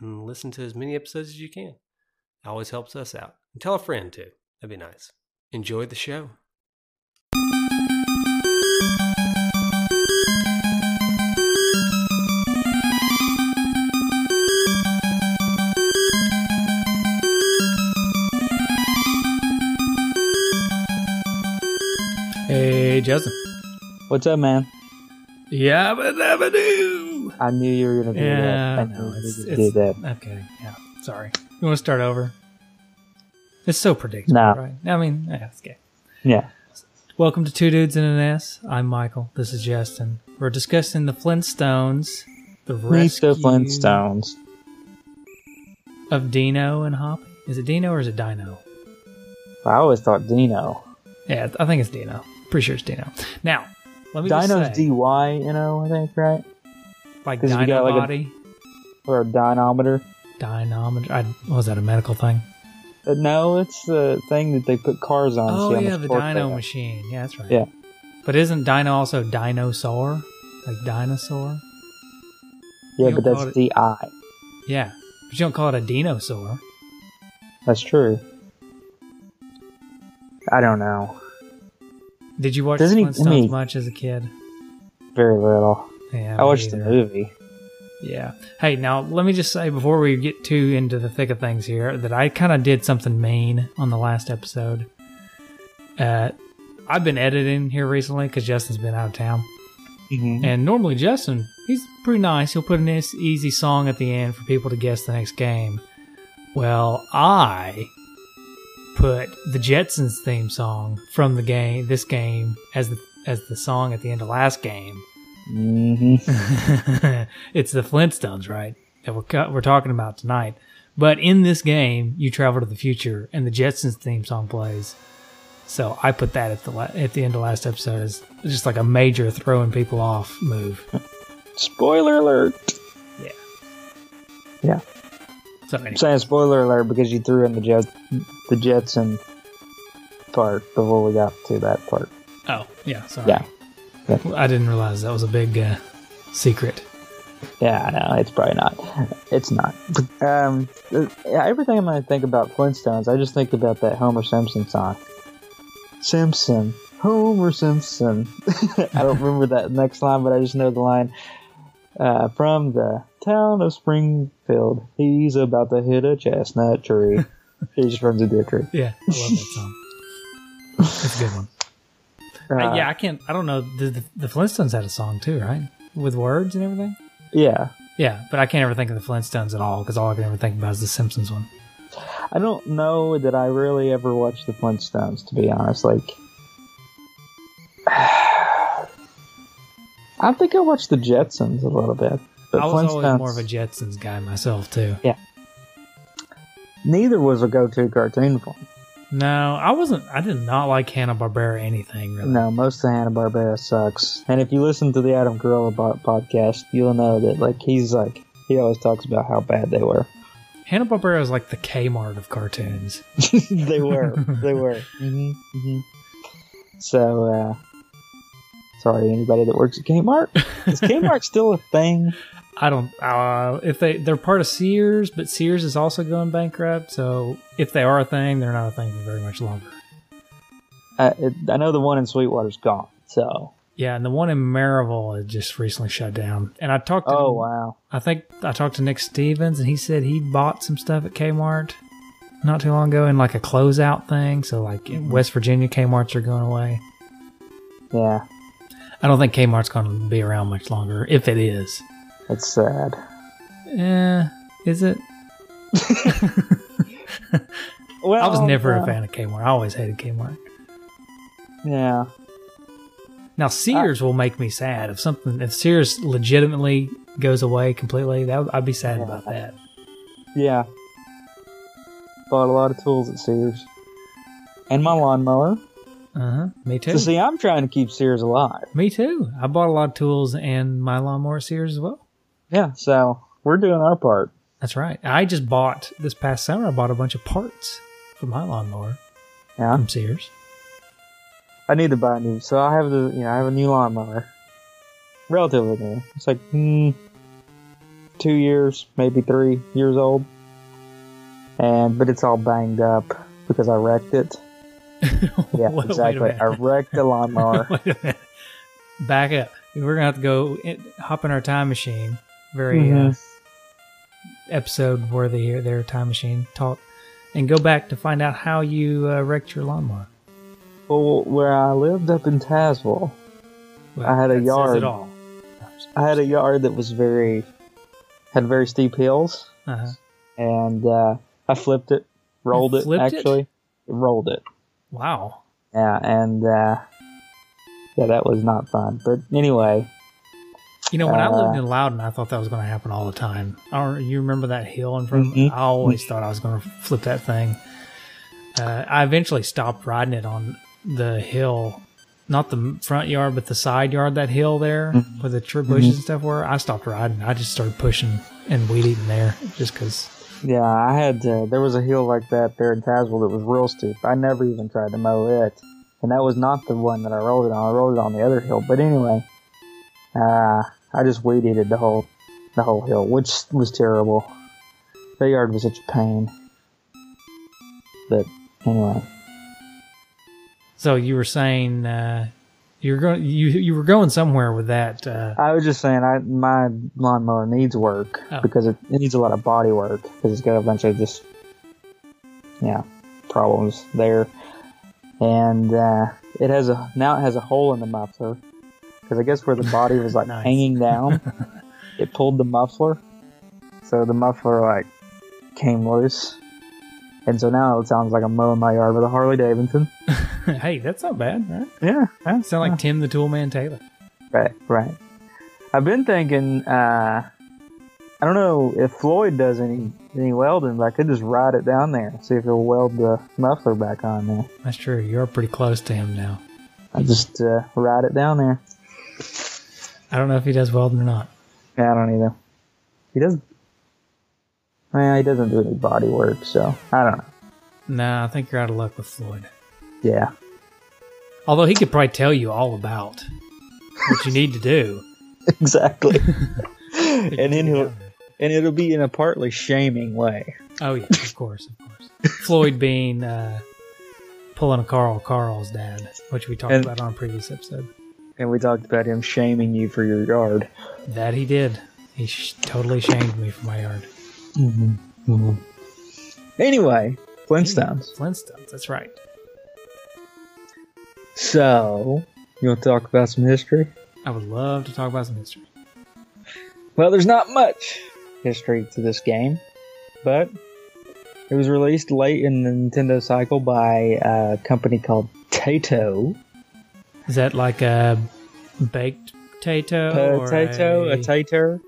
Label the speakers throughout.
Speaker 1: and listen to as many episodes as you can. It always helps us out. And tell a friend too. That'd be nice. Enjoy the show.
Speaker 2: Hey, Justin.
Speaker 3: What's up, man?
Speaker 2: Yeah, but never do.
Speaker 3: I knew you were gonna do
Speaker 2: Yeah,
Speaker 3: that. I
Speaker 2: no,
Speaker 3: knew you
Speaker 2: it's-
Speaker 3: were gonna do
Speaker 2: it's-
Speaker 3: that.
Speaker 2: I'm kidding. Yeah, sorry. You want to start over? It's so predictable,
Speaker 3: No.
Speaker 2: right? I mean, yeah, it's okay.
Speaker 3: Yeah,
Speaker 2: Welcome to Two Dudes and an S. I'm Michael. This is Justin. We're discussing the Flintstones, the
Speaker 3: meet
Speaker 2: rescue
Speaker 3: the Flintstones.
Speaker 2: of Dino and Hoppy. Is it Dino or is it Dino?
Speaker 3: I always thought Dino.
Speaker 2: Yeah, I think it's Dino. Pretty sure it's Dino. Now, let me just
Speaker 3: Dino's
Speaker 2: say,
Speaker 3: D Y N O, I think, right?
Speaker 2: like
Speaker 3: 'cause we
Speaker 2: Dino
Speaker 3: got, like, a-
Speaker 2: body,
Speaker 3: Or a dynometer.
Speaker 2: dynamometer. I, what was that a medical thing?
Speaker 3: Uh, no, it's the thing that they put cars on. to
Speaker 2: Oh
Speaker 3: see how
Speaker 2: yeah,
Speaker 3: much
Speaker 2: the
Speaker 3: torque they
Speaker 2: Dino
Speaker 3: have.
Speaker 2: machine. Yeah, that's right.
Speaker 3: Yeah.
Speaker 2: But isn't Dino also dinosaur? Like dinosaur?
Speaker 3: Yeah,
Speaker 2: You
Speaker 3: but
Speaker 2: called
Speaker 3: that's
Speaker 2: it-
Speaker 3: D I.
Speaker 2: Yeah. But you don't call it a dinosaur.
Speaker 3: That's true. I don't know.
Speaker 2: Did you watch
Speaker 3: Doesn't he-
Speaker 2: the Flintstones
Speaker 3: I mean-
Speaker 2: much as a kid?
Speaker 3: Very little.
Speaker 2: Yeah.
Speaker 3: I
Speaker 2: me
Speaker 3: watched the
Speaker 2: either.
Speaker 3: movie.
Speaker 2: Yeah. Hey, now let me just say before we get too into the thick of things here that I kind of did something mean on the last episode. Uh, I've been editing here recently because Justin's been out of town.
Speaker 3: Mm-hmm.
Speaker 2: And normally Justin, he's pretty nice. He'll put an eas- easy song at the end for people to guess the next game. Well, I put the Jetsons theme song from the game, this game, as the as the song at the end of last game.
Speaker 3: hmm
Speaker 2: it's the Flintstones, right? That we're co- we're talking about tonight. But in this game, you travel to the future, and the Jetsons theme song plays. So I put that at the la- at the end of last episode as just like a major throwing people off move.
Speaker 3: Spoiler alert.
Speaker 2: So anyway,
Speaker 3: saying spoiler alert because you threw in the Jet, the Jetson part before we got to that part.
Speaker 2: oh yeah, sorry.
Speaker 3: Yeah. Yeah.
Speaker 2: Well, I didn't realize that was a big uh, secret.
Speaker 3: Yeah, I know it's probably not. It's not. Um, uh, everything when I think about Flintstones, I just think about that Homer Simpson song. Simpson, Homer Simpson. I don't remember that next line, but I just know the line uh, from the town of Springfield. He's about to hit a chestnut tree. he just runs into a tree.
Speaker 2: Yeah, I love that song. It's a good one.
Speaker 3: Uh,
Speaker 2: Uh, yeah, I can't. I don't know. The, the, the Flintstones had a song too, right? With words and everything.
Speaker 3: yeah.
Speaker 2: Yeah, but I can't ever think of the Flintstones at all because all I can ever think about is the Simpsons one.
Speaker 3: I don't know that I really ever watched the Flintstones, to be honest. Like, I think I watched the Jetsons a little bit, but
Speaker 2: I was
Speaker 3: Flintstones.
Speaker 2: always more of a Jetsons guy myself too.
Speaker 3: neither was a go-to cartoon for me.
Speaker 2: No, I wasn't. I did not like Hanna Barbera anything really.
Speaker 3: No, most of Hanna Barbera sucks. And if you listen to the Adam Carolla bo- podcast, you'll know that like he's like he always talks about how bad they were.
Speaker 2: Hanna Barbera is like the Kmart of cartoons.
Speaker 3: they were, they were. hmm hmm So, uh, sorry, anybody that works at Kmart. Is Kmart still a thing?
Speaker 2: I don't. Uh, if they they're part of Sears, but Sears is also going bankrupt. So if they are a thing, they're not a thing for very much longer.
Speaker 3: I, it- I know the one in Sweetwater's gone. So,
Speaker 2: Yeah, and the one in Maryville had just recently shut down. And I talked. To,
Speaker 3: oh wow,
Speaker 2: I think I talked to Nick Stevens, and he said he bought some stuff at Kmart not too long ago in like a closeout thing. So like
Speaker 3: Mm-hmm.
Speaker 2: in West Virginia Kmart's are going away.
Speaker 3: Yeah,
Speaker 2: I don't think Kmart's going to be around much longer, if it is.
Speaker 3: that's sad.
Speaker 2: Eh, is it?
Speaker 3: Well,
Speaker 2: I was never
Speaker 3: uh,
Speaker 2: a fan of Kmart. I always hated Kmart.
Speaker 3: Yeah, Uh,
Speaker 2: Now Sears will make me sad if something if Sears legitimately goes away completely. That would- I'd be sad
Speaker 3: Yeah.
Speaker 2: about that.
Speaker 3: yeah. Bought a lot of tools at Sears, and my lawnmower.
Speaker 2: Uh huh. Me too.
Speaker 3: So see, I'm trying to keep Sears alive.
Speaker 2: Me too. I bought a lot of tools and my lawnmower at Sears as well.
Speaker 3: Yeah, so we're doing our part.
Speaker 2: That's right. I just bought this past summer. I bought a bunch of parts for my lawnmower
Speaker 3: Yeah,
Speaker 2: from Sears.
Speaker 3: I need to buy a new. So I have the, you know, I have a new lawnmower, relatively new. It's like hmm, two years, maybe three years old, and but it's all banged up because I wrecked it. Yeah,
Speaker 2: Wait a
Speaker 3: exactly.
Speaker 2: minute.
Speaker 3: I wrecked the lawnmower.
Speaker 2: Wait a minute. Back up. We're gonna have to go in, hop in our time machine. Very uh,
Speaker 3: Mhm. Mm-hmm.
Speaker 2: episode worthy here, their time machine talk, and go back to find out how you uh, wrecked your lawnmower.
Speaker 3: Well, where I lived up in Tazewell,
Speaker 2: Well,
Speaker 3: I had a
Speaker 2: that says
Speaker 3: yard.
Speaker 2: it all.
Speaker 3: I had a yard that was very had very steep hills,
Speaker 2: Uh-huh.
Speaker 3: and uh, I flipped it, rolled
Speaker 2: You
Speaker 3: it.
Speaker 2: flipped it?
Speaker 3: Actually, rolled it.
Speaker 2: Wow.
Speaker 3: Yeah, and uh, yeah, that was not fun. But anyway,
Speaker 2: You know, when I lived
Speaker 3: Uh,
Speaker 2: in Loudon, I thought that was going to happen all the time. I don't, you remember that hill in front? of me?
Speaker 3: Mhm.
Speaker 2: I always thought I was going to flip that thing. Uh, I eventually stopped riding it on the hill, not the front yard, but the side yard. That hill there,
Speaker 3: Mhm.
Speaker 2: where the tree bushes and stuff were. I stopped riding. I just started pushing and weed eating there, just because.
Speaker 3: yeah, I had uh, there was a hill like that there in Tazewell that was real steep. I never even tried to mow it, and that was not the one that I rolled it on. I rolled it on the other hill. But anyway, uh, I just weed eated the whole the whole hill, which was terrible. The yard was such a pain. But anyway,
Speaker 2: So you were saying uh, you're going, you you were going somewhere with that. Uh,
Speaker 3: I was just saying, I my lawnmower needs work
Speaker 2: Oh.
Speaker 3: because it, it needs a lot of body work because it's got a bunch of just yeah problems there, and uh, it has a now it has a hole in the muffler because I guess where the body was like
Speaker 2: Nice.
Speaker 3: hanging down, it pulled the muffler, so the muffler like came loose, and so now it sounds like I'm mowing my yard with a Harley Davidson.
Speaker 2: hey, that's not bad. Right?
Speaker 3: Yeah, that's
Speaker 2: Sound like Tim the Toolman Taylor.
Speaker 3: Right, right. I've been thinking. Uh, I don't know if Floyd does any any welding, but I could just ride it down there, see if he'll weld the muffler back on there.
Speaker 2: That's true. You're pretty close to him now.
Speaker 3: I just uh, ride it down there.
Speaker 2: I don't know if he does welding or not.
Speaker 3: Yeah, I don't either. He doesn't. Well, he doesn't do any body work, so I don't know.
Speaker 2: No, I think you're out of luck with Floyd.
Speaker 3: Yeah,
Speaker 2: Although he could probably tell you all about what you need to do.
Speaker 3: exactly. and then he'll and it'll be in a partly shaming way.
Speaker 2: Oh yeah, of course, of course. Floyd being uh, pulling a Carl Carl's dad, which we talked
Speaker 3: And-
Speaker 2: about on a previous episode.
Speaker 3: And we talked about him shaming you for your yard.
Speaker 2: That he did. He sh- totally shamed me for my yard.
Speaker 3: Mm-hmm. Anyway, Flintstones.
Speaker 2: Flintstones. That's right.
Speaker 3: So, you want to talk about some history?
Speaker 2: I would love to talk about some history.
Speaker 3: Well, there's not much history to this game, but it was released late in the Nintendo cycle by a company called Taito.
Speaker 2: Is that like a baked potato? or
Speaker 3: Potato,
Speaker 2: a-
Speaker 3: Uh, a tater.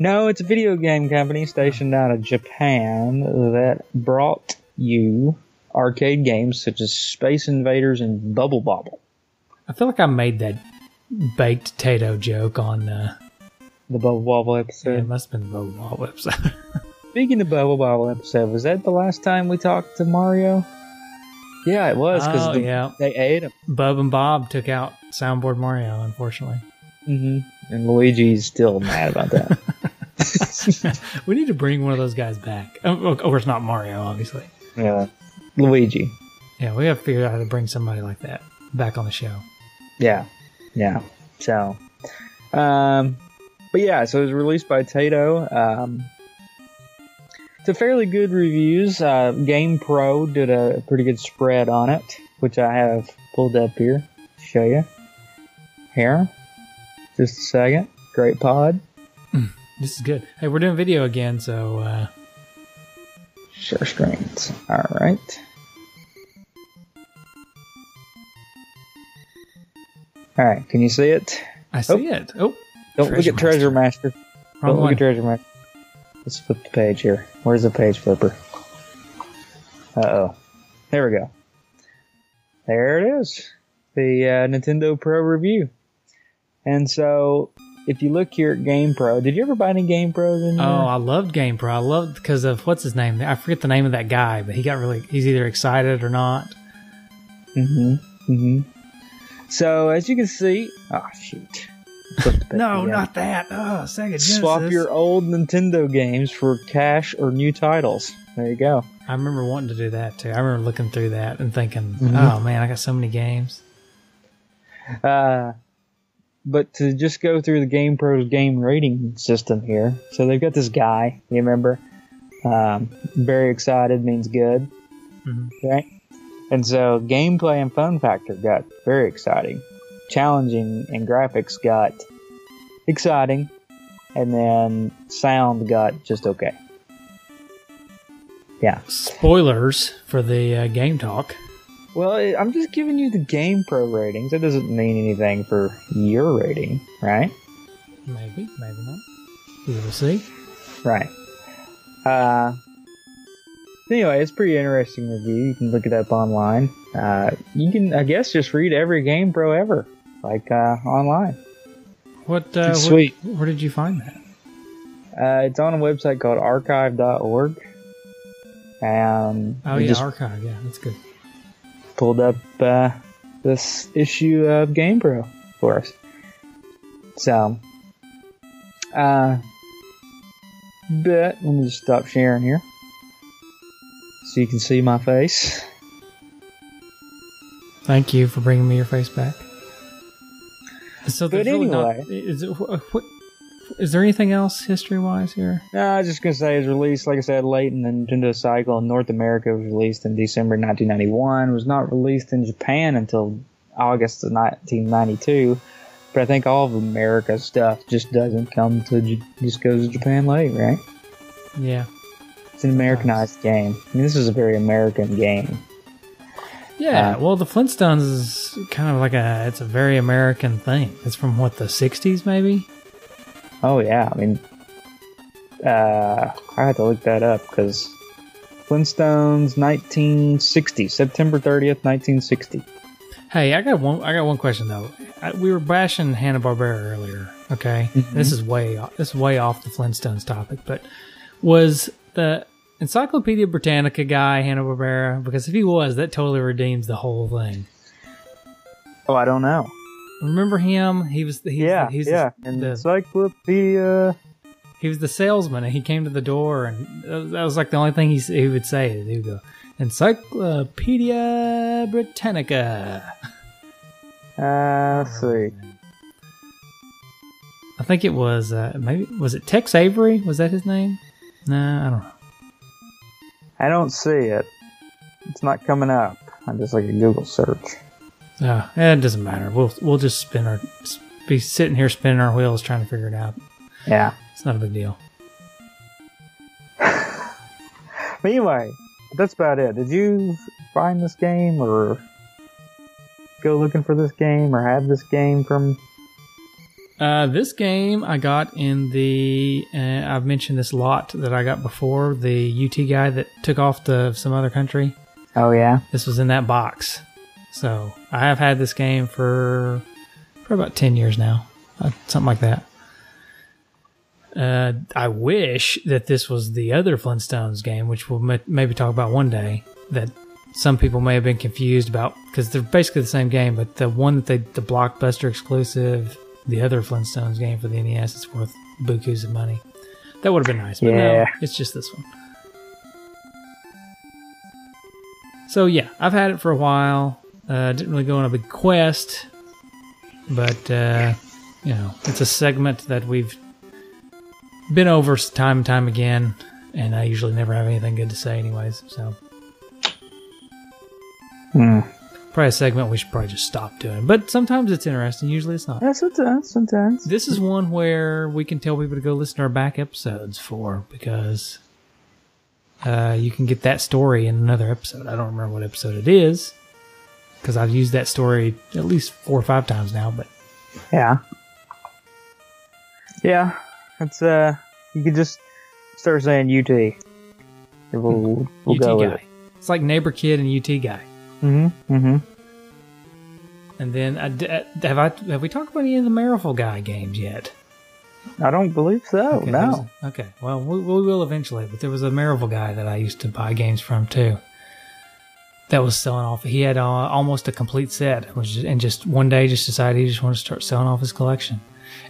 Speaker 3: No, it's a video game company stationed out of Japan that brought you arcade games such as Space Invaders and Bubble Bobble.
Speaker 2: I feel like I made that baked potato joke on. Uh,
Speaker 3: The Bubble Bobble episode.
Speaker 2: It must have been the Bobble Bobble episode.
Speaker 3: Speaking of Bubble Bobble episode, was that the last time we talked to Mario? Yeah, it was because
Speaker 2: oh, yeah.
Speaker 3: they ate him,
Speaker 2: Bub and Bob took out Soundboard Mario, unfortunately.
Speaker 3: hmm and Luigi's still mad about that.
Speaker 2: we need to bring one of those guys back. Oh, Of course, not Mario, obviously.
Speaker 3: yeah, Luigi.
Speaker 2: Yeah, we have to figure out how to bring somebody like that back on the show.
Speaker 3: Yeah, yeah. So, um, but yeah, so it was released by Taito. Um, to fairly good reviews. Uh, Game Pro did a pretty good spread on it, which I have pulled up here to show you. Here, just a second. Great pod.
Speaker 2: This is good. Hey, we're doing video again, so uh,
Speaker 3: Share screens. All right. All right. Can you see it?
Speaker 2: I see it. Oh,
Speaker 3: Don't look
Speaker 2: Treasure
Speaker 3: at Treasure Master.
Speaker 2: wrong
Speaker 3: Don't look
Speaker 2: one.
Speaker 3: at Treasure Master. Let's flip the page here. Where's the page flipper? Uh oh. There we go. There it is. The uh, Nintendo Pro review. And so, if you look here at Game Pro, did you ever buy any Game Pros in there?
Speaker 2: Oh, I loved Game Pro. I loved because of what's his name. I forget the name of that guy, but he got really. He's either excited or not.
Speaker 3: hmm hmm So as you can see, oh shoot. Flipped the
Speaker 2: No,
Speaker 3: page again.
Speaker 2: not that. Oh, Sega Genesis.
Speaker 3: swap your old Nintendo games for cash or new titles. There you go.
Speaker 2: I remember wanting to do that too. I remember looking through that and thinking,
Speaker 3: Mhm.
Speaker 2: "Oh man, I got so many games."
Speaker 3: Uh, but to just go through the Game Pro's game rating system here. So they've got this guy. You remember? Um, very excited means good.
Speaker 2: Mhm.
Speaker 3: Right? And so gameplay and fun factor got very exciting. Challenging and graphics got exciting. And then sound got just okay.
Speaker 2: Spoilers for the uh, game talk.
Speaker 3: Well, I- I'm just giving you the Game Pro ratings. That doesn't mean anything for your rating, right?
Speaker 2: Maybe, maybe not. We will see.
Speaker 3: Right. Uh, anyway, it's a pretty interesting review. You can look it up online. Uh, you can, I guess, just read every Game Pro ever, like uh, online.
Speaker 2: What? Uh,
Speaker 3: It's
Speaker 2: where-
Speaker 3: sweet.
Speaker 2: Where did you find that?
Speaker 3: Uh, it's on a website called archive.org. Um,
Speaker 2: Oh
Speaker 3: we
Speaker 2: yeah,
Speaker 3: just
Speaker 2: archive. Yeah, that's good.
Speaker 3: pulled up uh, this issue of Game Pro for us. So, uh, but let me just stop sharing here so you can see my face.
Speaker 2: Thank you for bringing me your face back. So,
Speaker 3: But
Speaker 2: there's really not-
Speaker 3: anyway.
Speaker 2: is, it- wh- what, is there anything else history wise here?
Speaker 3: No, I was just gonna say it was released, like I said, late in the Nintendo cycle in North America. It was released in December 1991. It was not released in Japan until August of 1992. But I think all of America's stuff just doesn't come to J- just goes to Japan late, right?
Speaker 2: Yeah,
Speaker 3: It's an Americanized game. I mean, this is a very American game.
Speaker 2: yeah.
Speaker 3: Uh,
Speaker 2: well, the Flintstones is kind of like a it's a very American thing. It's from what the '60s, maybe.
Speaker 3: Oh yeah, I mean, uh, I had to look that up because Flintstones, 1960, September 30th, 1960.
Speaker 2: Hey, I got one. I got one question though. I, we were bashing Hanna Barbera earlier. Okay,
Speaker 3: Mm-hmm.
Speaker 2: this is way off- this is way off the Flintstones topic, but was the Encyclopedia Britannica guy Hanna Barbera? Because if he was, that totally redeems the whole thing.
Speaker 3: Oh, I don't know.
Speaker 2: Remember him? He was he,
Speaker 3: yeah,
Speaker 2: he's
Speaker 3: yeah. And
Speaker 2: The,
Speaker 3: Encyclopedia.
Speaker 2: he was the salesman, and he came to the door, and that was, that was like the only thing he s- he would say. He would go Encyclopedia Britannica.
Speaker 3: Uh, let's see.
Speaker 2: I think it was uh, maybe was it Tex Avery? Was that his name? No, I don't know.
Speaker 3: I don't see it. It's not coming up. I'm just like a Google search.
Speaker 2: Oh, it doesn't matter. We'll we'll just spin our be sitting here spinning our wheels trying to figure it out.
Speaker 3: Yeah.
Speaker 2: It's not a big deal.
Speaker 3: But anyway, that's about it. Did you find this game or go looking for this game or have this game from?
Speaker 2: Uh, this game I got in the uh, I've mentioned this lot that I got before the UT guy that took off to some other country.
Speaker 3: Oh yeah.
Speaker 2: This was in that box, so I have had this game for for about ten years now, uh, something like that. Uh, I wish that this was the other Flintstones game, which we'll ma- maybe talk about one day. That some people may have been confused about because they're basically the same game, but the one that they the blockbuster exclusive, the other Flintstones game for the NES, is worth bukus of money. That would have been nice, but no,
Speaker 3: Yeah.
Speaker 2: it's just this one. So yeah, I've had it for a while. Uh, didn't really go on a big quest, but uh, you know, it's a segment that we've been over s- time and time again. and I usually never have anything good to say, anyways. So
Speaker 3: Hmm.
Speaker 2: probably a segment we should probably just stop doing. But sometimes it's interesting. Usually it's not.
Speaker 3: Yeah, sometimes, sometimes.
Speaker 2: This is one where we can tell people to go listen to our back episodes for because uh, you can get that story in another episode. I don't remember what episode it is because I've used that story at least four or five times now. But
Speaker 3: Yeah. Yeah. It's uh you could just start saying UT. And We'll, we'll
Speaker 2: UT
Speaker 3: go with
Speaker 2: guy, it's like neighbor kid and UT guy.
Speaker 3: it. Mm-hmm. Mm-hmm.
Speaker 2: And then I d- uh, have I have we talked about any of the Marifel guy games yet?
Speaker 3: I don't believe so,
Speaker 2: Okay,
Speaker 3: no.
Speaker 2: there's- Okay. Well, we, we will eventually. But there was a Marival guy that I used to buy games from too. That was selling off. He had uh, almost a complete set, which is- and just one day just decided he just wanted to start selling off his collection.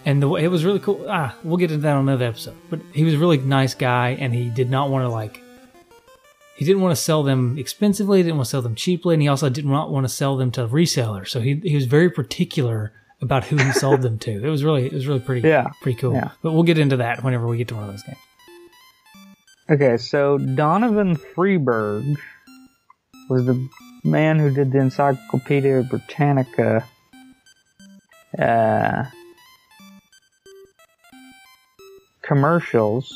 Speaker 2: And the way it was really cool. Ah, we'll get into that on another episode. But he was a really nice guy, and he did not want to like. He didn't want to sell them expensively. He didn't want to sell them cheaply, and he also did not want to sell them to resellers. So he he was very particular about who he sold them to. It was really it was really pretty
Speaker 3: Yeah.
Speaker 2: pretty cool.
Speaker 3: Yeah.
Speaker 2: But we'll get into that whenever we get to one of those games.
Speaker 3: Okay, so Donovan Freeberg was the man who did the Encyclopedia Britannica. Uh, commercials.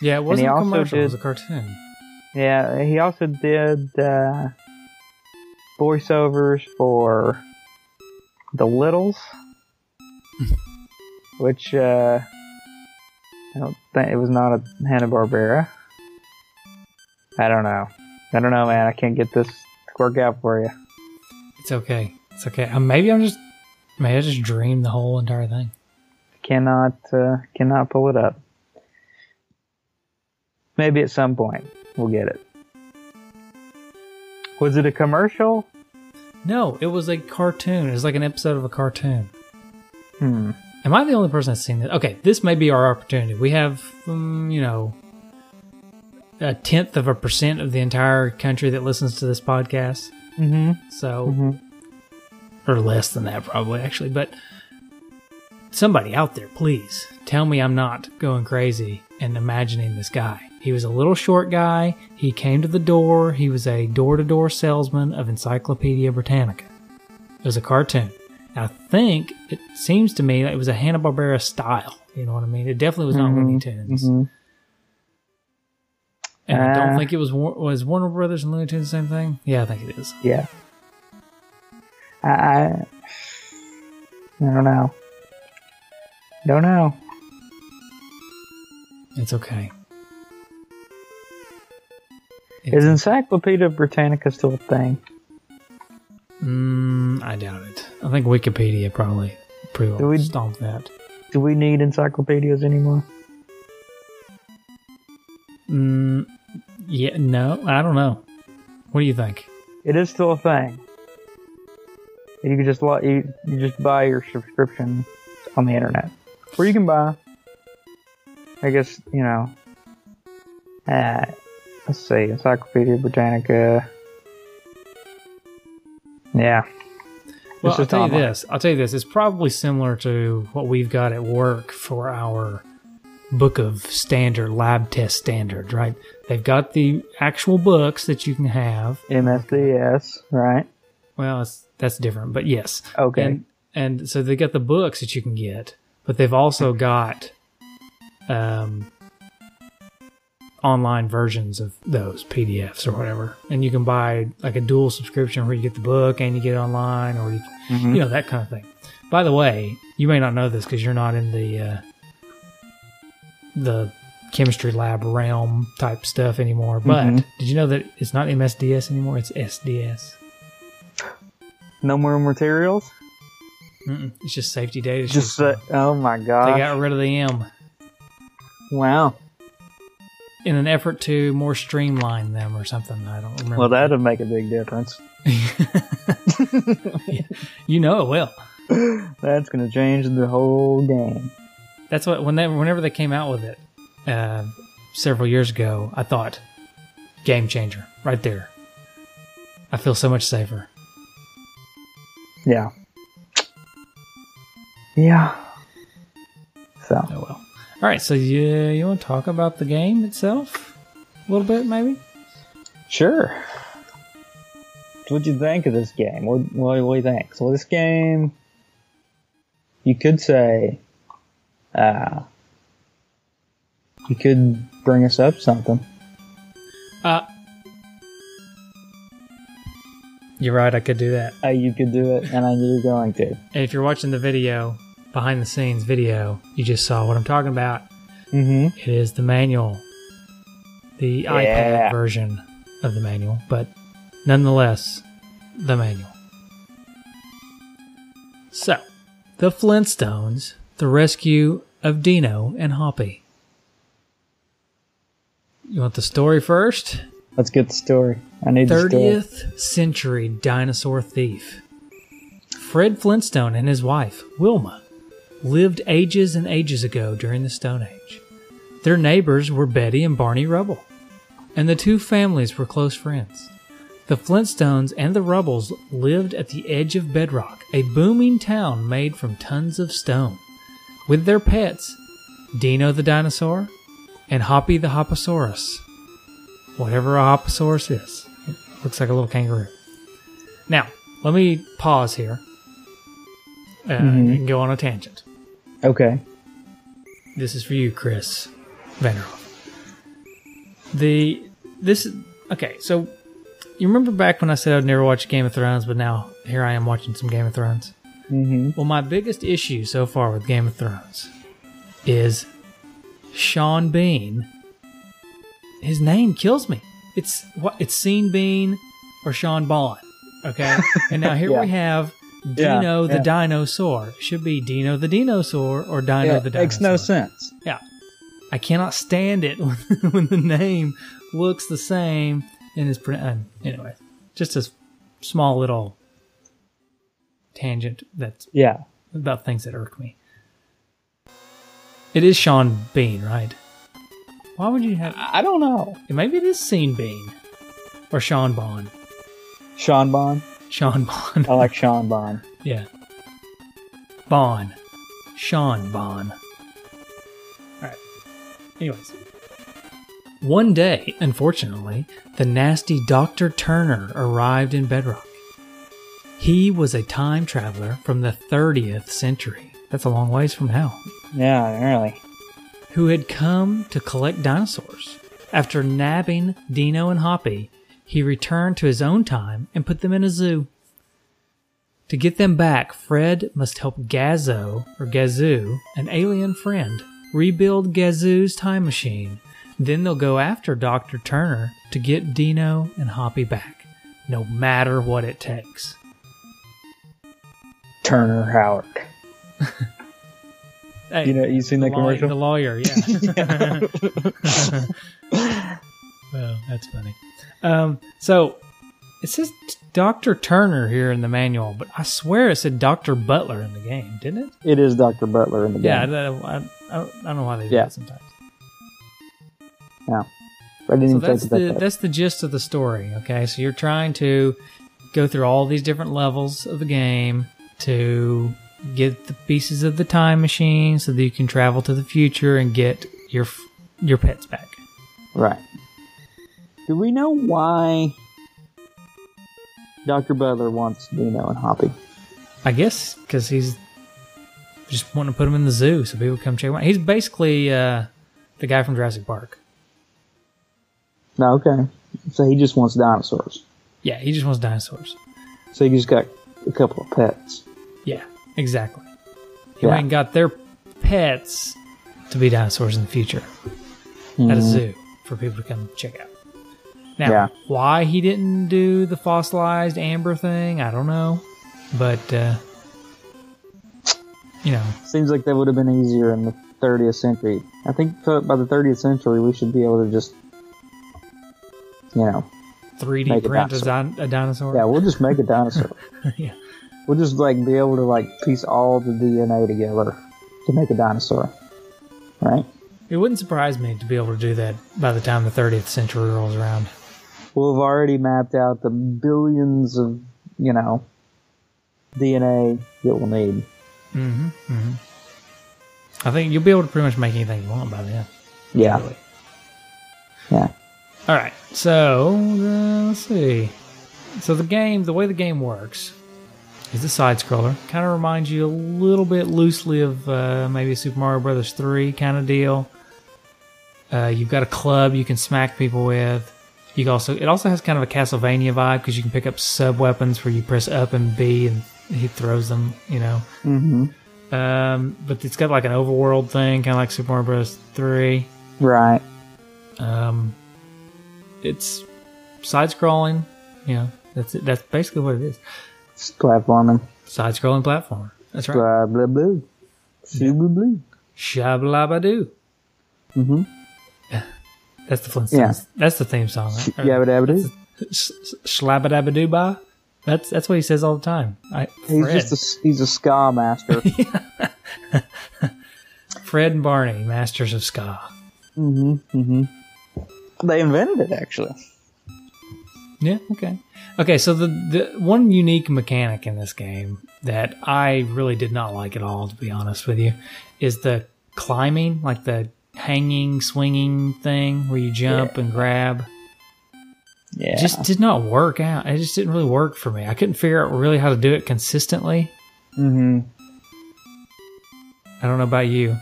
Speaker 2: Yeah, it wasn't a
Speaker 3: also
Speaker 2: commercial. It was a
Speaker 3: did-
Speaker 2: cartoon.
Speaker 3: Yeah, he also did uh, voiceovers for The Littles, which uh, I don't think it was not a Hanna Barbera. I don't know. I don't know, man. I can't get this to work out for you.
Speaker 2: It's okay. It's okay. Uh, maybe I'm just maybe I just dreamed the whole entire thing.
Speaker 3: Cannot, uh, cannot pull it up. Maybe at some point we'll get it. Was it a commercial?
Speaker 2: No, it was a cartoon. It was like an episode of a cartoon.
Speaker 3: Hmm.
Speaker 2: Am I the only person that's seen that? Okay, this may be our opportunity. We have, mm, you know, a tenth of a percent of the entire country that listens to this podcast.
Speaker 3: Mm-hmm.
Speaker 2: So,
Speaker 3: Mhm.
Speaker 2: or less than that, probably actually. But somebody out there, please tell me I'm not going crazy and imagining this guy. He was a little short guy. He came to the door. He was a door to door salesman of Encyclopedia Britannica. It was a cartoon. I think it seems to me that it was a Hanna Barbera style. You know what I mean? It definitely was not Looney Tunes,
Speaker 3: hmm
Speaker 2: and I don't
Speaker 3: Uh.
Speaker 2: think it was War- was Warner Brothers and Looney Tunes the same thing. Yeah, I think it is.
Speaker 3: Yeah. I, I I don't know. Don't know.
Speaker 2: It's okay.
Speaker 3: Is Encyclopedia Britannica still a thing?
Speaker 2: Mm, I doubt it. I think Wikipedia probably pretty
Speaker 3: Do
Speaker 2: well
Speaker 3: we-
Speaker 2: stomped that.
Speaker 3: Do we need encyclopedias anymore?
Speaker 2: Mm, yeah, no, I don't know. What do you think?
Speaker 3: It is still a thing. You can just lo- you, you just buy your subscription on the internet, or you can buy. I guess you know. Uh, let's see, Encyclopedia Britannica. Yeah. It's
Speaker 2: Well, I'll
Speaker 3: just
Speaker 2: tell you
Speaker 3: online.
Speaker 2: this. I'll tell you this. It's probably similar to what we've got at work for our book of standard lab test standards, right? They've got the actual books that you can have.
Speaker 3: MSDS, right?
Speaker 2: Well, it's, that's different, but yes.
Speaker 3: Okay.
Speaker 2: And and so they got the books that you can get, but they've also got um, online versions of those PDFs or whatever, and you can buy like a dual subscription where you get the book and you get it online, or you,
Speaker 3: Mhm.
Speaker 2: you know that kind of thing. By the way, you may not know this because you're not in the uh, the chemistry lab realm type stuff anymore. But
Speaker 3: Mhm.
Speaker 2: did you know that it's not MSDS anymore? It's SDS.
Speaker 3: no more materials.
Speaker 2: Mm-mm, it's just safety data.
Speaker 3: Just
Speaker 2: system.
Speaker 3: uh, oh my
Speaker 2: They
Speaker 3: god!
Speaker 2: got rid of the M
Speaker 3: wow.
Speaker 2: in an effort to more streamline them or something. I don't remember.
Speaker 3: Well, that'd make a big difference.
Speaker 2: you know it will.
Speaker 3: That's gonna change the whole game.
Speaker 2: That's what when they, whenever they came out with it uh, several years ago, I thought game changer right there. I feel so much safer.
Speaker 3: Yeah. Yeah. So
Speaker 2: Oh well. All right, so you you want to talk about the game itself a little bit, maybe?
Speaker 3: Sure. What'd you think of this game? What, what, what do you think? So this game, you could say, uh, you could bring us up something.
Speaker 2: Uh, you're right. I could do that.
Speaker 3: Uh, you could do it, and I knew you were going to.
Speaker 2: And if you're watching the video behind the scenes video, you just saw what I'm talking about.
Speaker 3: Mm-hmm.
Speaker 2: It is the manual, the
Speaker 3: Yeah.
Speaker 2: iPad version of the manual, but nonetheless, the manual. So, the Flintstones, the rescue of Dino and Hoppy. You want the story first?
Speaker 3: Let's get the story. I need the story.
Speaker 2: 30th century dinosaur thief. Fred Flintstone and his wife, Wilma, lived ages and ages ago during the Stone Age. Their neighbors were Betty and Barney Rubble, and the two families were close friends. The Flintstones and the Rubbles lived at the edge of Bedrock, a booming town made from tons of stone, with their pets, Dino the dinosaur and Hoppy the Hopposaurus whatever a hopposaurus is. It looks like a little kangaroo. Now, let me pause here uh, and go on a tangent.
Speaker 3: Okay.
Speaker 2: This is for you, Chris Vanderhoff. The this okay, so you remember back when I said I'd never watch Game of Thrones, but now here I am watching some Game of Thrones.
Speaker 3: Mm-hmm.
Speaker 2: Well, my biggest issue so far with Game of Thrones is Sean Bean. His name kills me. It's what it's Sean Bean or Sean Bond. Okay, and now here
Speaker 3: Yeah.
Speaker 2: we have
Speaker 3: Yeah,
Speaker 2: Dino the
Speaker 3: yeah.
Speaker 2: dinosaur. It should be Dino the dinosaur or Dino
Speaker 3: Yeah,
Speaker 2: the dinosaur.
Speaker 3: makes no sense.
Speaker 2: Yeah, I cannot stand it when, when the name looks the same and is pre- uh, anyway. Just a s- small little tangent that's
Speaker 3: Yeah.
Speaker 2: about things that irk me. It is Sean Bean, right? Why would you have?
Speaker 3: I I don't know.
Speaker 2: Maybe it is Sean Bean or Sean Bond.
Speaker 3: Sean Bond.
Speaker 2: Sean Bond.
Speaker 3: I like Sean Bond.
Speaker 2: Yeah. Bon. Sean Bon. Alright. Anyways. One day, unfortunately, the nasty Dr. Turner arrived in Bedrock. He was a time traveler from the 30th century. That's a long ways from now
Speaker 3: Yeah, really.
Speaker 2: who had come to collect dinosaurs. After nabbing Dino and Hoppy, he returned to his own time and put them in a zoo. To get them back, Fred must help Gazzo, or Gazoo, an alien friend, rebuild Gazoo's time machine. Then they'll go after Dr. Turner to get Dino and Hoppy back, no matter what it takes.
Speaker 3: Turner Howard.
Speaker 2: Hey,
Speaker 3: You know, you seen that
Speaker 2: the lawyer-
Speaker 3: commercial?
Speaker 2: The lawyer, yeah. oh, that's funny. Um, so it says Dr. Turner here in the manual, but I swear it said Dr. Butler in the game, didn't it?
Speaker 3: It is Dr. Butler in the
Speaker 2: Yeah, I,
Speaker 3: game.
Speaker 2: don't- I, I don't I don't know why they do
Speaker 3: Yeah.
Speaker 2: that sometimes.
Speaker 3: Yeah. I didn't
Speaker 2: So
Speaker 3: even
Speaker 2: that's
Speaker 3: think about
Speaker 2: the
Speaker 3: that.
Speaker 2: that's the gist of the story. Okay, so you're trying to go through all these different levels of the game to get the pieces of the time machine so that you can travel to the future and get your f- your pets back.
Speaker 3: Right. Do we know why Dr. Butler wants Dino and Hoppy?
Speaker 2: I guess because he's just wanting to put him in the zoo so people come check him out. He's basically uh, the guy from Jurassic Park.
Speaker 3: No, okay. So he just wants dinosaurs.
Speaker 2: Yeah, he just wants dinosaurs.
Speaker 3: So he just got a couple of pets.
Speaker 2: Yeah, exactly. He
Speaker 3: Yeah.
Speaker 2: went and got their pets to be dinosaurs in the future at a zoo for people to come check out. Now,
Speaker 3: Hmm. Yeah.
Speaker 2: why he didn't do the fossilized amber thing, I don't know, but uh, you know,
Speaker 3: Seems like that would have been easier in the 30th century. I think th- by the 30th century, we should be able to just, you know,
Speaker 2: 3D
Speaker 3: Make a
Speaker 2: print a,
Speaker 3: dinosaur.
Speaker 2: din- a dinosaur.
Speaker 3: yeah, we'll just make a dinosaur.
Speaker 2: yeah.
Speaker 3: We'll just like be able to like piece all the DNA together to make a dinosaur, right?
Speaker 2: It wouldn't surprise me to be able to do that by the time the 30th century rolls around.
Speaker 3: We'll have already mapped out the billions of you know DNA that we'll need.
Speaker 2: Mm-hmm. I think you'll be able to pretty much make anything you want by then.
Speaker 3: Yeah.
Speaker 2: really.
Speaker 3: Yeah.
Speaker 2: All right. So uh, let's see. So the game, the way the game works, is a side scroller. Kind of reminds you a little bit loosely of uh, maybe a Super Mario Brothers three kind of deal. Uh, you've got a club you can smack people with. You can also it also has kind of a Castlevania vibe because you can pick up sub weapons where you press up and B and he throws them. You know.
Speaker 3: Mm-hmm.
Speaker 2: Um, but it's got like an overworld thing, kind of like Super Mario Bros. three.
Speaker 3: Right.
Speaker 2: Um, it's side scrolling. You know, that's it. That's basically what it is.
Speaker 3: Just platforming.
Speaker 2: Side scrolling platformer. That's right.
Speaker 3: Blah blah blah. Shoo, blah, blah.
Speaker 2: Shabalabadoo.
Speaker 3: Mhm.
Speaker 2: That's the Flintstones.
Speaker 3: Yeah.
Speaker 2: That's the theme song. Right? Or-
Speaker 3: Yabba dabba doo.
Speaker 2: Sh- sh- Shlabadabadooba. That's that's what he says all the time. I,
Speaker 3: He's
Speaker 2: Fred.
Speaker 3: just a, he's a ska master.
Speaker 2: Fred and Barney, masters of ska.
Speaker 3: hmm hmm They invented it actually.
Speaker 2: Yeah. Okay. Okay. So the the one unique mechanic in this game that I really did not like at all, to be honest with you, is the climbing, like the hanging, swinging thing where you jump and grab.
Speaker 3: Yeah.
Speaker 2: It Just did not work out. It just didn't really work for me. I couldn't figure out really how to do it consistently.
Speaker 3: hmm
Speaker 2: I don't know about you.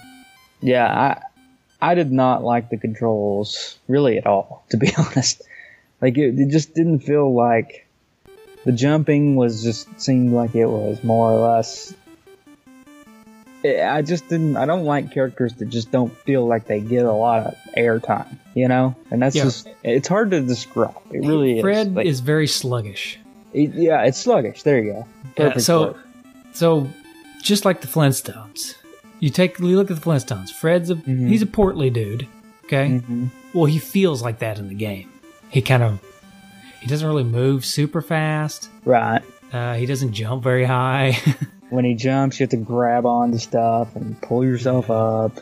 Speaker 3: Yeah. I I did not like the controls really at all. To be honest, like it, it just didn't feel like the jumping was just seemed like it was more or less. I I just didn't. I don't like characters that just don't feel like they get a lot of airtime. You know, and that's
Speaker 2: Yeah.
Speaker 3: just it's hard to describe. It really
Speaker 2: Fred
Speaker 3: is. Like,
Speaker 2: is very sluggish.
Speaker 3: it- yeah, it's sluggish. There you go.
Speaker 2: Yeah,
Speaker 3: Perfect
Speaker 2: so,
Speaker 3: word.
Speaker 2: so just like the Flintstones, you take you look at the Flintstones. Fred's a
Speaker 3: Mhm.
Speaker 2: he's a portly dude. Okay.
Speaker 3: Mhm.
Speaker 2: Well, he feels like that in the game. He kind of he doesn't really move super fast.
Speaker 3: Right.
Speaker 2: Uh, he doesn't jump very high.
Speaker 3: When he jumps, you have to grab onto stuff and pull yourself up.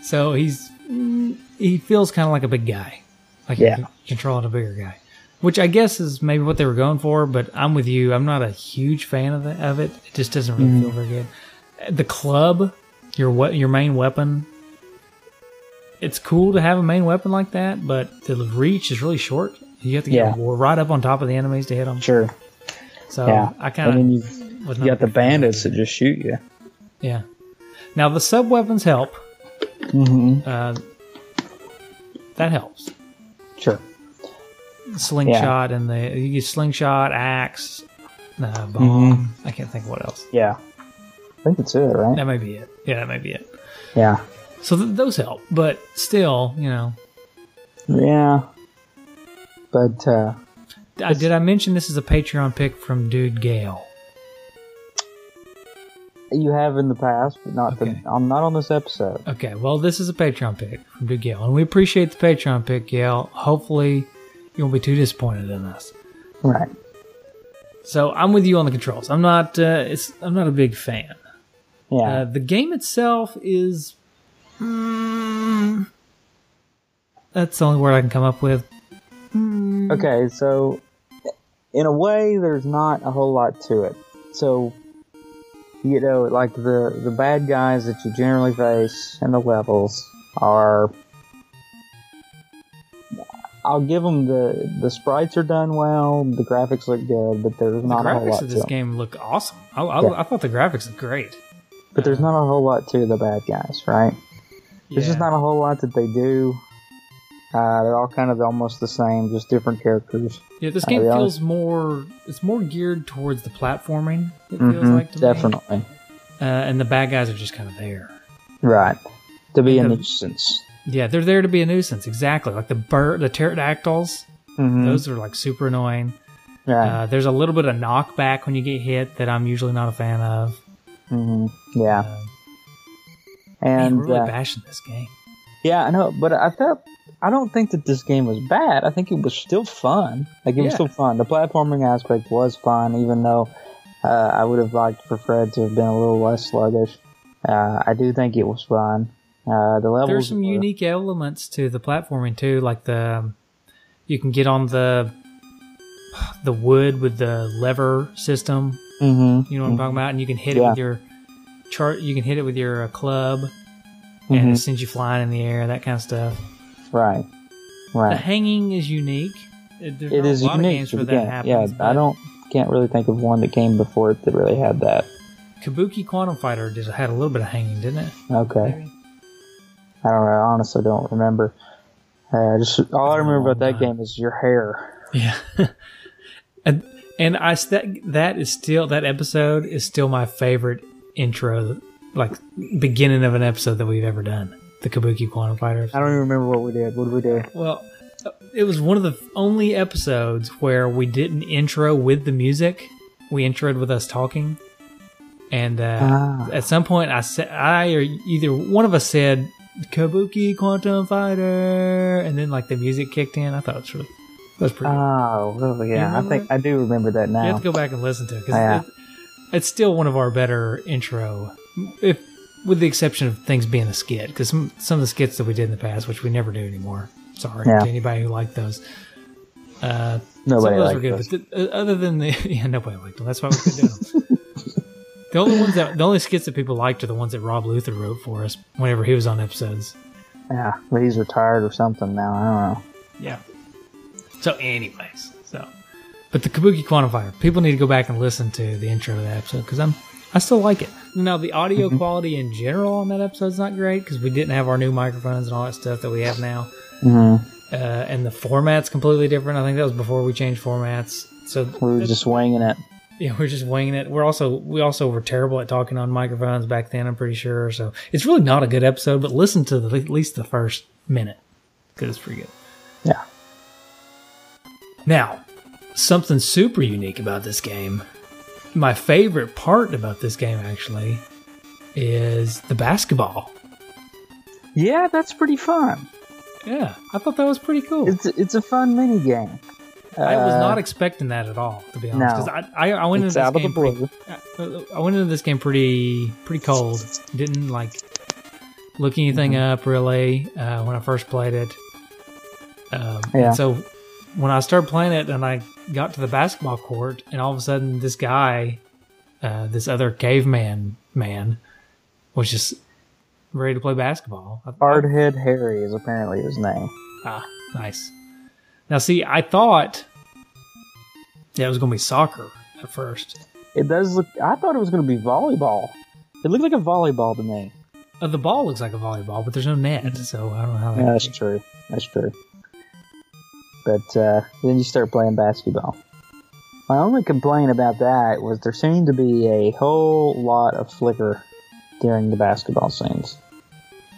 Speaker 2: so he's mm, he feels kind of like a big guy, like
Speaker 3: Yeah.
Speaker 2: you're controlling a bigger guy, which I guess is maybe what they were going for. But I'm with you. I'm not a huge fan of, the, of it. It just doesn't really
Speaker 3: Mm.
Speaker 2: feel very good. Uh, The club, your what your main weapon. It's cool to have a main weapon like that, but the reach is really short. You have to get
Speaker 3: Yeah.
Speaker 2: right up on top of the enemies to hit them.
Speaker 3: Sure.
Speaker 2: So
Speaker 3: yeah.
Speaker 2: I
Speaker 3: And
Speaker 2: kind of
Speaker 3: then you,
Speaker 2: was
Speaker 3: you got the bandits that just shoot you.
Speaker 2: Yeah. Now the sub weapons help.
Speaker 3: Mm-hmm.
Speaker 2: Uh, that helps.
Speaker 3: Sure.
Speaker 2: Slingshot and the you get slingshot, axe, uh,
Speaker 3: Mm-hmm.
Speaker 2: bomb. I can't think of what else.
Speaker 3: Um, Yeah. I think that's it, right?
Speaker 2: That may be it. Yeah, that may be it.
Speaker 3: Yeah.
Speaker 2: So th- those help, but still, you know,
Speaker 3: Yeah. But uh,
Speaker 2: I, did I mention this is a Patreon pick from Dude Gale?
Speaker 3: you have in the past, but not
Speaker 2: Okay.
Speaker 3: the, I'm not on this episode.
Speaker 2: Okay, well, this is a Patreon pick from Dude Gale, and we appreciate the Patreon pick, Gale. Hopefully, you won't be too disappointed in us.
Speaker 3: Right.
Speaker 2: So I'm with you on the controls. I'm not. Uh, it's I'm not a big fan.
Speaker 3: Yeah.
Speaker 2: Uh, the game itself is. Mm, that's the only word I can come up with.
Speaker 3: okay, so in a way, there's not a whole lot to it. So you know, like the the bad guys that you generally face in the levels are. I'll give them the the sprites are done well, the graphics look good, but there's
Speaker 2: The
Speaker 3: not a whole
Speaker 2: graphics
Speaker 3: lot
Speaker 2: of
Speaker 3: to
Speaker 2: this
Speaker 3: them.
Speaker 2: game look awesome. I, I,
Speaker 3: Yeah.
Speaker 2: I thought the graphics looked great.
Speaker 3: But there's not a whole lot to the bad guys, right? There's just
Speaker 2: Yeah.
Speaker 3: not a whole lot that they do. Uh, they're all kind of almost the same, just different characters.
Speaker 2: Yeah, this
Speaker 3: I'll
Speaker 2: game
Speaker 3: be
Speaker 2: feels more. It's more geared towards the platforming. It feels
Speaker 3: Mhm,
Speaker 2: like to me.
Speaker 3: definitely.
Speaker 2: Uh, and the bad guys are just kind of there.
Speaker 3: Right. To be
Speaker 2: And
Speaker 3: an
Speaker 2: the-
Speaker 3: nuisance.
Speaker 2: Yeah, they're there to be a nuisance. Exactly, like the bird, the pterodactyls.
Speaker 3: Mm-hmm.
Speaker 2: Those are like super annoying.
Speaker 3: right.
Speaker 2: Uh, there's a little bit of knockback when you get hit that I'm usually not a fan of.
Speaker 3: hmm Yeah.
Speaker 2: Uh,
Speaker 3: And
Speaker 2: man, we're really
Speaker 3: uh,
Speaker 2: bashing this game.
Speaker 3: yeah, I know, but I felt I don't think that this game was bad. I think it was still fun. Like it was
Speaker 2: Yeah.
Speaker 3: still fun. The platforming aspect was fun, even though uh, I would have liked for Fred to have been a little less sluggish. Uh, I do think it was fun. Uh, the levels
Speaker 2: There's some
Speaker 3: were-
Speaker 2: unique elements to the platforming too, like the um, you can get on the the wood with the lever system.
Speaker 3: Mhm.
Speaker 2: You know what I'm talking about, and you can hit it
Speaker 3: Yeah.
Speaker 2: with your chart. You can hit it with your uh, club. and it
Speaker 3: Mhm.
Speaker 2: sends you flying in the air, that kind of stuff.
Speaker 3: Right.
Speaker 2: The
Speaker 3: Right.
Speaker 2: hanging is unique. Uh, There's
Speaker 3: It
Speaker 2: not
Speaker 3: is
Speaker 2: a lot
Speaker 3: unique.
Speaker 2: of games
Speaker 3: to
Speaker 2: where
Speaker 3: the
Speaker 2: that
Speaker 3: game.
Speaker 2: happens.
Speaker 3: yeah, I
Speaker 2: but
Speaker 3: don't can't really think of one that came before it that really had that.
Speaker 2: Kabuki Quantum Fighter did, had a little bit of hanging, didn't it?
Speaker 3: Okay. I don't know. I honestly don't remember. Uh, just all I remember about that game is your hair.
Speaker 2: Yeah. and and I s- that that is still that episode is still my favorite intro, like beginning of an episode that we've ever done. The Kabuki Quantum Fighters.
Speaker 3: I don't even remember what we did. What did we do?
Speaker 2: Well, uh, it was one of the only episodes where we didn't intro with the music. We introed with us talking, and uh,
Speaker 3: Ah.
Speaker 2: at some point, I said, I or either one of us said "Kabuki Quantum Fighter," and then like the music kicked in. I thought it was really that was pretty.
Speaker 3: Oh, really? Yeah, I
Speaker 2: remember
Speaker 3: think I do remember that
Speaker 2: You
Speaker 3: now.
Speaker 2: have to go back and listen to it because
Speaker 3: Yeah.
Speaker 2: it, it's still one of our better intro, if with the exception of things being a skit. Because some, some of the skits that we did in the past, which we never do anymore. Sorry
Speaker 3: Yeah.
Speaker 2: to anybody who liked those. Uh,
Speaker 3: Nobody
Speaker 2: some of those
Speaker 3: liked
Speaker 2: were good,
Speaker 3: this.
Speaker 2: but th- uh, other than the yeah, nobody liked them. That's why we could do them. the only ones that the only skits that people liked are the ones that Rob Luther wrote for us whenever he was on episodes.
Speaker 3: Yeah, but he's retired or something now. I don't know.
Speaker 2: Yeah. So, anyways, so, but the Kabuki Quantifier, people need to go back and listen to the intro to that episode because I'm, I still like it. Mm-hmm. Now, the audio quality in general on that episode is not great because we didn't have our new microphones and all that stuff that we have now,
Speaker 3: Mm-hmm.
Speaker 2: uh, and the format's completely different. I think that was before we changed formats. So
Speaker 3: We were just winging it.
Speaker 2: yeah, we're just winging it. We're also we also were terrible at talking on microphones back then. I'm pretty sure. So it's really not a good episode. But listen to the, at least the first minute because it's pretty good.
Speaker 3: Yeah.
Speaker 2: Now, something super unique about this game. My favorite part about this game actually is the basketball.
Speaker 3: Yeah, that's pretty fun.
Speaker 2: Yeah, I thought that was pretty cool.
Speaker 3: It's it's a fun mini game.
Speaker 2: I was not expecting that at all, to be honest.
Speaker 3: uh, no.
Speaker 2: 'cause I, I, I went into
Speaker 3: It's
Speaker 2: this
Speaker 3: out of the
Speaker 2: game pretty
Speaker 3: blue.
Speaker 2: I I went into this game pretty pretty cold. Didn't like look anything up really uh, when I first played it. Um, and
Speaker 3: Yeah.
Speaker 2: so when I started playing it and I got to the basketball court, and all of a sudden this guy, uh, this other caveman man, was just ready to play basketball. I-
Speaker 3: Hardhead Harry is apparently his name.
Speaker 2: Ah, nice. Now see, I thought that it was going to be soccer at first.
Speaker 3: It does look. I thought it was going to be volleyball. It looked like a volleyball to me.
Speaker 2: Uh, the ball looks like a volleyball, but there's no net, so I don't know how that.
Speaker 3: Yeah, that's true. That's true. But uh, then you start playing basketball. My only complaint about that was there seemed to be a whole lot of flicker during the basketball scenes.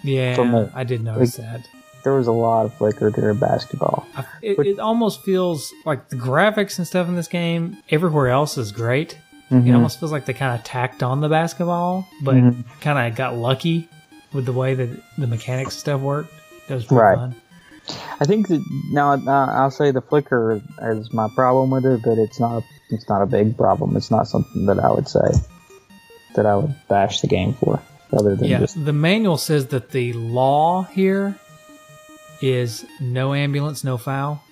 Speaker 2: yeah,
Speaker 3: from the-
Speaker 2: I did notice that.
Speaker 3: There was a lot of flicker during basketball.
Speaker 2: I- It, it almost feels like the graphics and stuff in this game. Everywhere else is great. It almost feels like they kind of tacked on the basketball, but
Speaker 3: Mhm.
Speaker 2: kind of got lucky with the way that the mechanics and stuff worked. That was pretty
Speaker 3: Right.
Speaker 2: fun.
Speaker 3: I think that now uh, I'll say the flicker is my problem with it, but it's not. It's not a big problem. It's not something that I would say that I would bash the game for, other than
Speaker 2: Yeah,
Speaker 3: just
Speaker 2: the manual says that the law here is no ambulance, no foul.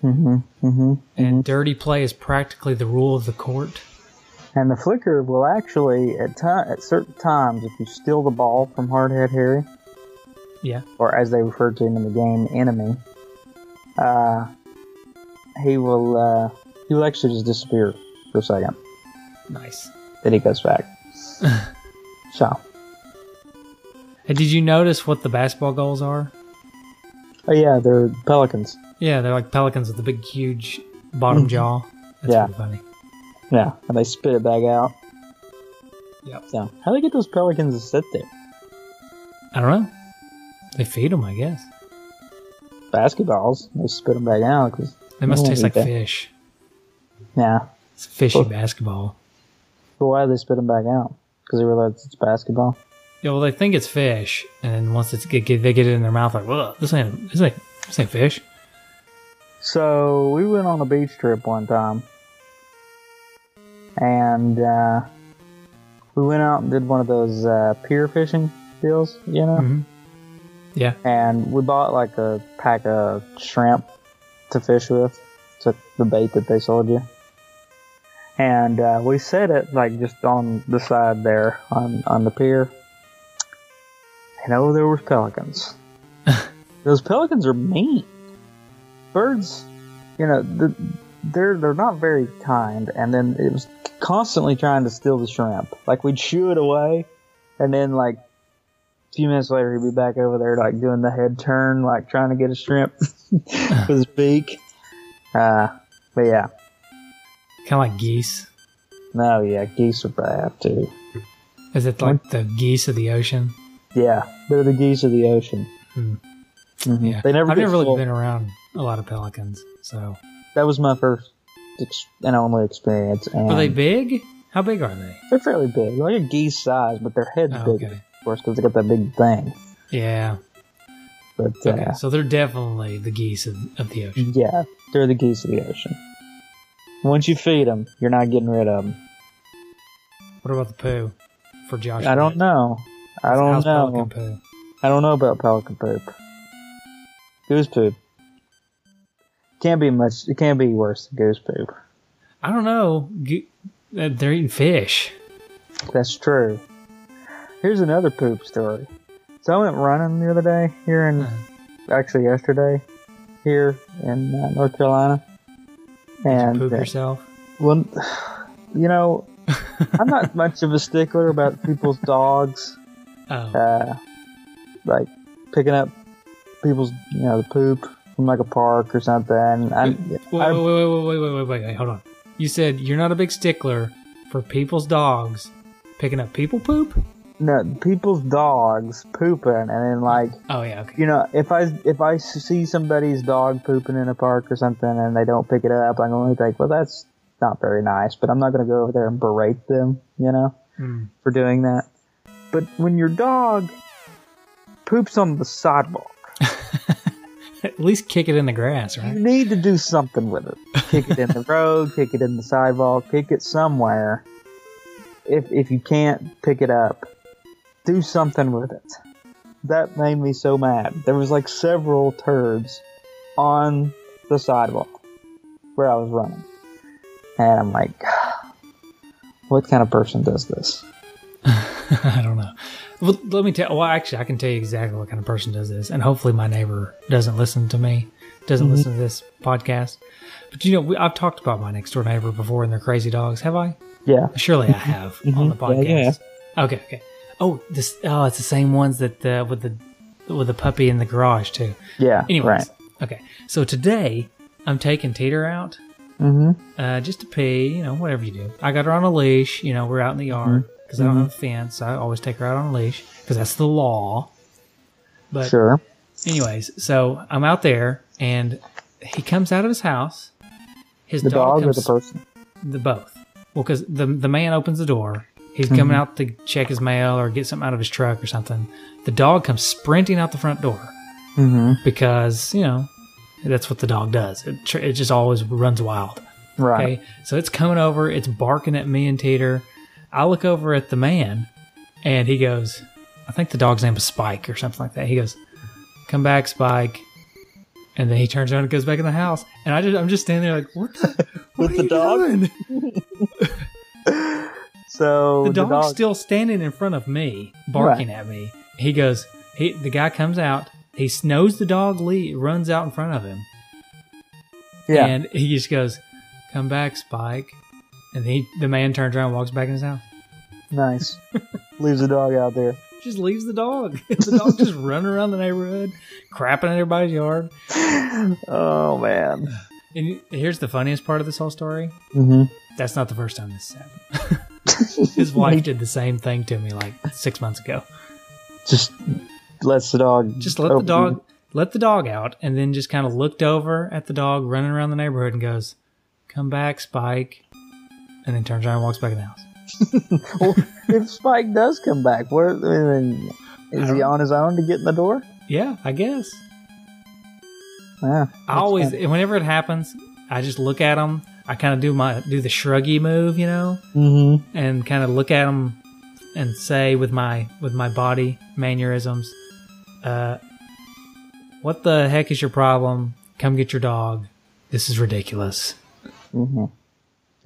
Speaker 3: hmm hmm
Speaker 2: And dirty play is practically the rule of the court.
Speaker 3: And the flicker will actually, at, ti at certain times, if you steal the ball from Hardhead Harry,
Speaker 2: Yeah.
Speaker 3: or as they refer to him in the game, enemy, uh, he will uh, he will actually just disappear for a second.
Speaker 2: Nice.
Speaker 3: Then he goes back. so,
Speaker 2: And did you notice what the basketball goals are?
Speaker 3: oh yeah, they're pelicans.
Speaker 2: Yeah, they're like pelicans with the big, huge bottom jaw.
Speaker 3: Mm-hmm.
Speaker 2: That's
Speaker 3: Yeah.
Speaker 2: pretty funny.
Speaker 3: Yeah, and they spit it back out.
Speaker 2: Yep.
Speaker 3: So, how do they get those pelicans to sit there?
Speaker 2: I don't know. They feed them, I guess.
Speaker 3: Basketballs, they spit them back out because
Speaker 2: They must
Speaker 3: Yeah,
Speaker 2: taste like
Speaker 3: Mm, they-
Speaker 2: fish.
Speaker 3: yeah.
Speaker 2: It's fishy
Speaker 3: Oh.
Speaker 2: basketball.
Speaker 3: But why do they spit them back out? Because they realize it's basketball.
Speaker 2: Yeah, well, they think it's fish, and then once it's get, get, they get it in their mouth, like, whoa, this ain't this ain't this ain't fish.
Speaker 3: So we went on a beach trip one time, and uh, we went out and did one of those uh, pier fishing deals, you know.
Speaker 2: Mhm. Yeah.
Speaker 3: And we bought like a pack of shrimp to fish with, took the bait that they sold you, and uh, we set it like just on the side there on on the pier, And oh, there were pelicans. Those pelicans are mean. Birds, you know, the, they're they're not very kind. And then it was constantly trying to steal the shrimp. Like we'd shoo it away, and then like a few minutes later, he'd be back over there like doing the head turn, like trying to get a shrimp with his beak. Uh, but yeah,
Speaker 2: Kind of like geese.
Speaker 3: no, yeah, geese are bad too.
Speaker 2: Is it
Speaker 3: Mm-hmm.
Speaker 2: like the geese of the ocean?
Speaker 3: Yeah, they're the geese of the ocean.
Speaker 2: Hmm.
Speaker 3: Mhm.
Speaker 2: Yeah.
Speaker 3: They never
Speaker 2: I've
Speaker 3: get
Speaker 2: never really
Speaker 3: full.
Speaker 2: been around a lot of pelicans. So
Speaker 3: That was my first ex- and only experience. And
Speaker 2: are they big? How big are they?
Speaker 3: They're fairly big, like a geese size, but their head's
Speaker 2: Oh,
Speaker 3: big,
Speaker 2: okay.
Speaker 3: of course, because they got that big thing.
Speaker 2: Yeah.
Speaker 3: But uh,
Speaker 2: Okay. So they're definitely the geese of, of the ocean.
Speaker 3: yeah, they're the geese of the ocean. Once you feed them, you're not getting rid of them.
Speaker 2: What about the poo for Josh?
Speaker 3: I don't know. I
Speaker 2: How's
Speaker 3: don't
Speaker 2: pelican
Speaker 3: know.
Speaker 2: poo?
Speaker 3: I don't know about pelican poop. Goose poop. Can't be much. It can't be worse than goose poop.
Speaker 2: I don't know. Ge- uh, They're eating fish.
Speaker 3: That's true. Here's another poop story. So I went running the other day here in,
Speaker 2: Hmm.
Speaker 3: actually yesterday, here in uh, North Carolina, and
Speaker 2: Poop
Speaker 3: uh,
Speaker 2: yourself.
Speaker 3: well, you know, I'm not much of a stickler about people's dogs,
Speaker 2: Oh,
Speaker 3: uh, like picking up people's, you know, the poop from like a park or something. I'm,
Speaker 2: wait,
Speaker 3: I-
Speaker 2: wait, wait, wait, wait, wait, wait, wait, wait, hold on. You said you're not a big stickler for people's dogs picking up people poop.
Speaker 3: no, people's dogs pooping, and then like
Speaker 2: Oh yeah, okay.
Speaker 3: you know, if I if I see somebody's dog pooping in a park or something and they don't pick it up, I'm gonna think, well, that's not very nice. But I'm not gonna go over there and berate them, you know,
Speaker 2: Hmm.
Speaker 3: for doing that. But when your dog poops on the sidewalk,
Speaker 2: At least kick it in the grass,
Speaker 3: you
Speaker 2: right?
Speaker 3: need to do something with it. Kick it in the road, kick it in the sidewalk, kick it somewhere. If if you can't pick it up, do something with it. That made me so mad. There was like several turds on the sidewalk where I was running. And I'm like, what kind of person does this?
Speaker 2: I don't know. Well, let me tell. Well, actually, I can tell you exactly what kind of person does this, and hopefully, my neighbor doesn't listen to me, doesn't listen to this podcast. But you know, we, I've talked about my next door neighbor before and their crazy dogs. Have I?
Speaker 3: Yeah.
Speaker 2: Surely I have on the
Speaker 3: Mhm.
Speaker 2: podcast.
Speaker 3: Yeah, yeah.
Speaker 2: Okay, okay. Oh, this. Oh, it's the same ones that uh, with the with the puppy in the garage too.
Speaker 3: Yeah.
Speaker 2: Anyways,
Speaker 3: Right.
Speaker 2: okay. So today I'm taking Teeter out
Speaker 3: hmm
Speaker 2: uh, just to pee. You know, whatever you do. I got her on a leash. You know, we're out in the yard
Speaker 3: Mm-hmm.
Speaker 2: because I don't have a fence. I always take her out on a leash because that's the law. But
Speaker 3: Sure.
Speaker 2: anyways, so I'm out there and he comes out of his house. His
Speaker 3: The
Speaker 2: dog
Speaker 3: dog or
Speaker 2: comes
Speaker 3: the person?
Speaker 2: the both. Well, because the the man opens the door. He's coming
Speaker 3: Mm-hmm.
Speaker 2: out to check his mail or get something out of his truck or something. The dog comes sprinting out the front door
Speaker 3: hmm
Speaker 2: because you know that's what the dog does. It tr- it just always runs wild.
Speaker 3: Right.
Speaker 2: Okay, so it's coming over. It's barking at me and Teeter. I look over at the man, and he goes, "I think the dog's name was Spike or something like that." He goes, "Come back, Spike." And then he turns around and goes back in the house, and I just I'm just standing there like, "What the?
Speaker 3: With
Speaker 2: What are
Speaker 3: the
Speaker 2: you
Speaker 3: dog?
Speaker 2: doing?"
Speaker 3: So
Speaker 2: the dog's
Speaker 3: dog-
Speaker 2: still standing in front of me, barking at me. He goes, he the guy comes out, he snows the dog lead, runs out in front of him,
Speaker 3: yeah.
Speaker 2: and he just goes, "Come back, Spike." And he the man turns around, and walks back in his house,
Speaker 3: Nice. Leaves the dog out there.
Speaker 2: just leaves the dog. the dog just running around the neighborhood, crapping in everybody's yard.
Speaker 3: Oh man.
Speaker 2: And here's the funniest part of this whole story.
Speaker 3: Mm-hmm.
Speaker 2: That's not the first time this happened. his wife did the same thing to me like six months ago.
Speaker 3: Just lets the dog.
Speaker 2: just let the
Speaker 3: open-
Speaker 2: dog let the dog out and then just kind of looked over at the dog running around the neighborhood and goes come back spike and then turns around and walks back in the house
Speaker 3: Well, if Spike does come back, where I mean, is he on his own to get in the door?
Speaker 2: yeah i guess
Speaker 3: Yeah.
Speaker 2: i always whenever it happens i just look at them i kind of do my do the shruggy move you know
Speaker 3: Mm-hmm.
Speaker 2: and kind of look at them and say with my with my body mannerisms uh what the heck is your problem come get your dog this is ridiculous
Speaker 3: Mm-hmm.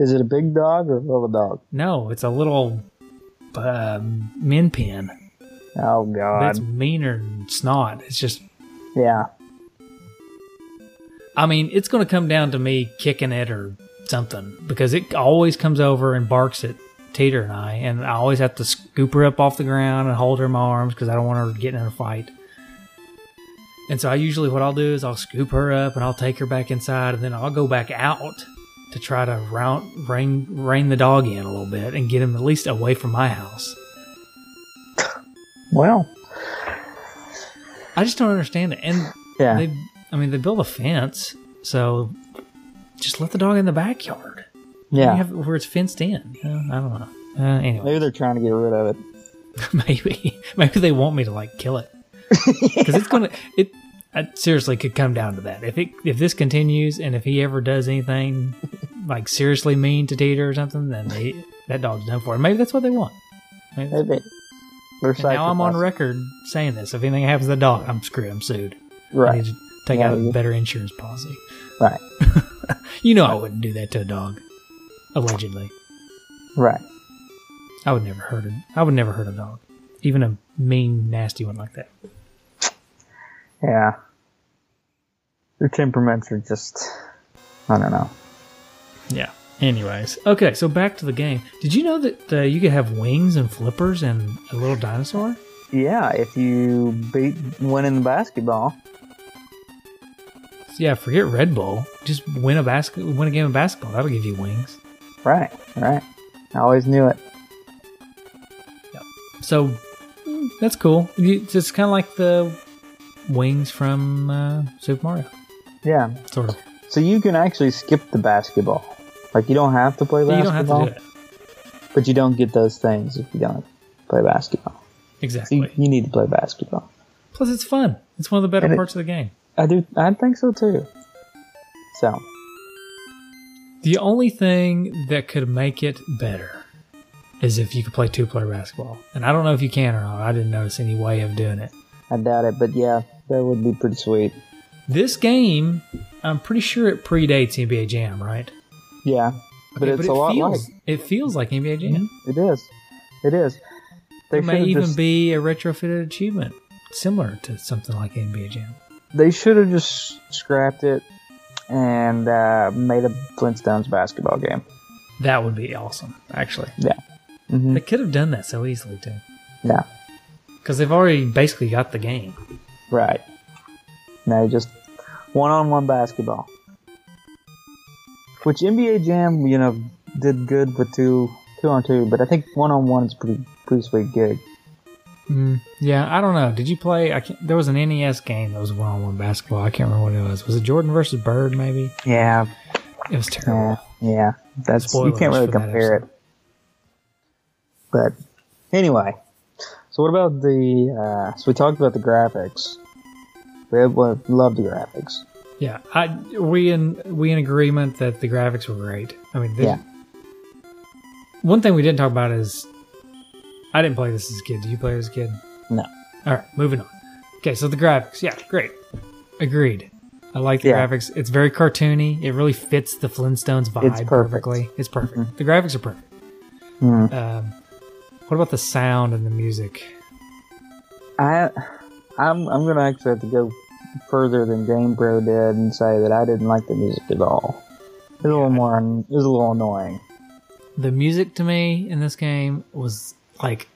Speaker 3: Is it a big dog or a little dog?
Speaker 2: No, it's a little um, min pin.
Speaker 3: Oh God.
Speaker 2: That's meaner than snot. It's just,
Speaker 3: yeah.
Speaker 2: I mean, it's going to come down to me kicking it or something because it always comes over and barks at Teeter and I, and I always have to scoop her up off the ground and hold her in my arms because I don't want her getting in a fight. And so I usually what I'll do is I'll scoop her up and I'll take her back inside and then I'll go back out to try to round, rein rein the dog in a little bit and get him at least away from my house.
Speaker 3: Well.
Speaker 2: I just don't understand it. And
Speaker 3: Yeah.
Speaker 2: they, I mean, they build a fence, so just let the dog in the backyard.
Speaker 3: yeah.
Speaker 2: You have where it's fenced in. You know, I don't know. Uh, anyway,
Speaker 3: Maybe they're trying to get rid of it.
Speaker 2: maybe maybe they want me to like kill it because it's gonna it. I seriously could come down to that. If it if this continues and if he ever does anything like seriously mean to Dieter or something, then they, that dog's done for. And maybe that's what they want. Maybe-
Speaker 3: Maybe. They're
Speaker 2: and now I'm on
Speaker 3: psychopaths.
Speaker 2: record saying this. If anything happens to the dog, I'm screwed. I'm sued. I
Speaker 3: Right.
Speaker 2: need to take
Speaker 3: Yeah,
Speaker 2: out a
Speaker 3: you-
Speaker 2: better insurance policy.
Speaker 3: Right.
Speaker 2: You know I wouldn't do that to a dog. Allegedly.
Speaker 3: Right.
Speaker 2: I would never hurt a I would never hurt a dog. Even a mean, nasty one like that.
Speaker 3: Yeah. Their temperaments are just. I don't know.
Speaker 2: Yeah. Anyways. Okay, so back to the game. Did you know that uh, you could have wings and flippers and a little dinosaur?
Speaker 3: Yeah, if you beat win in the basketball.
Speaker 2: Yeah, forget Red Bull. Just win a basket win a game of basketball. That'll give you wings.
Speaker 3: Right. Right. I always knew it.
Speaker 2: So mm, that's cool. You, it's kind of like the wings from uh, Super Mario,
Speaker 3: Yeah.
Speaker 2: sort of.
Speaker 3: So you can actually skip the basketball. Like you don't have to play
Speaker 2: You
Speaker 3: basketball,
Speaker 2: don't have to do it.
Speaker 3: but you don't get those things if you don't play basketball. So you,
Speaker 2: Exactly.
Speaker 3: you need to play basketball.
Speaker 2: Plus, it's fun. It's one of the better
Speaker 3: And it-
Speaker 2: parts of the game.
Speaker 3: I do. I think so too. So
Speaker 2: The only thing that could make it better is if you could play two player basketball. And I don't know if you can or not. I didn't notice any way of doing it.
Speaker 3: I doubt it, but yeah, that would be pretty sweet.
Speaker 2: This game, I'm pretty sure it predates NBA Jam, right?
Speaker 3: Yeah, but
Speaker 2: Okay,
Speaker 3: it's a lot
Speaker 2: feels, It feels like NBA Jam.
Speaker 3: like it is. It is. They
Speaker 2: It may
Speaker 3: should've
Speaker 2: even
Speaker 3: just,
Speaker 2: be a retrofitted achievement similar to something like NBA Jam.
Speaker 3: They should have just scrapped it and uh, made a Flintstones basketball game.
Speaker 2: That would be awesome, actually.
Speaker 3: hmm
Speaker 2: They could have done that so easily, too.
Speaker 3: Yeah,
Speaker 2: Because they've already basically got the game.
Speaker 3: right. No, just one-on-one basketball. Which NBA Jam, you know, did good with two two on two, but I think one-on-one is pretty pretty sweet gig.
Speaker 2: Mm, yeah, I don't know. Did you play? I can't, there was an NES game that was one on one basketball. I can't remember what it was. Was it Jordan versus Bird? Maybe
Speaker 3: Yeah,
Speaker 2: it was
Speaker 3: Yeah,
Speaker 2: terrible.
Speaker 3: Eh, yeah. That's you can't
Speaker 2: Spoilers
Speaker 3: really
Speaker 2: for that
Speaker 3: compare it. But anyway, so what about the? Uh, so we talked about the graphics. We we love the graphics.
Speaker 2: Yeah, I we in we in agreement that the graphics were great. I mean, they-
Speaker 3: Yeah.
Speaker 2: One thing we didn't talk about is I didn't play this as a kid. Did you play it as a kid?
Speaker 3: No.
Speaker 2: All right, moving on. Okay, so the graphics, yeah, great, agreed. I like the
Speaker 3: Yeah.
Speaker 2: graphics. It's very cartoony. It really fits the Flintstones vibe
Speaker 3: perfect. Mm-hmm.
Speaker 2: perfectly. It's perfect. The graphics are perfect.
Speaker 3: Hmm.
Speaker 2: Um, what about the sound and the music?
Speaker 3: I, I'm I'm gonna actually have to go further than GamePro did and say that I didn't like the music at all. It was a little more. It was a little annoying.
Speaker 2: The music to me in this game was like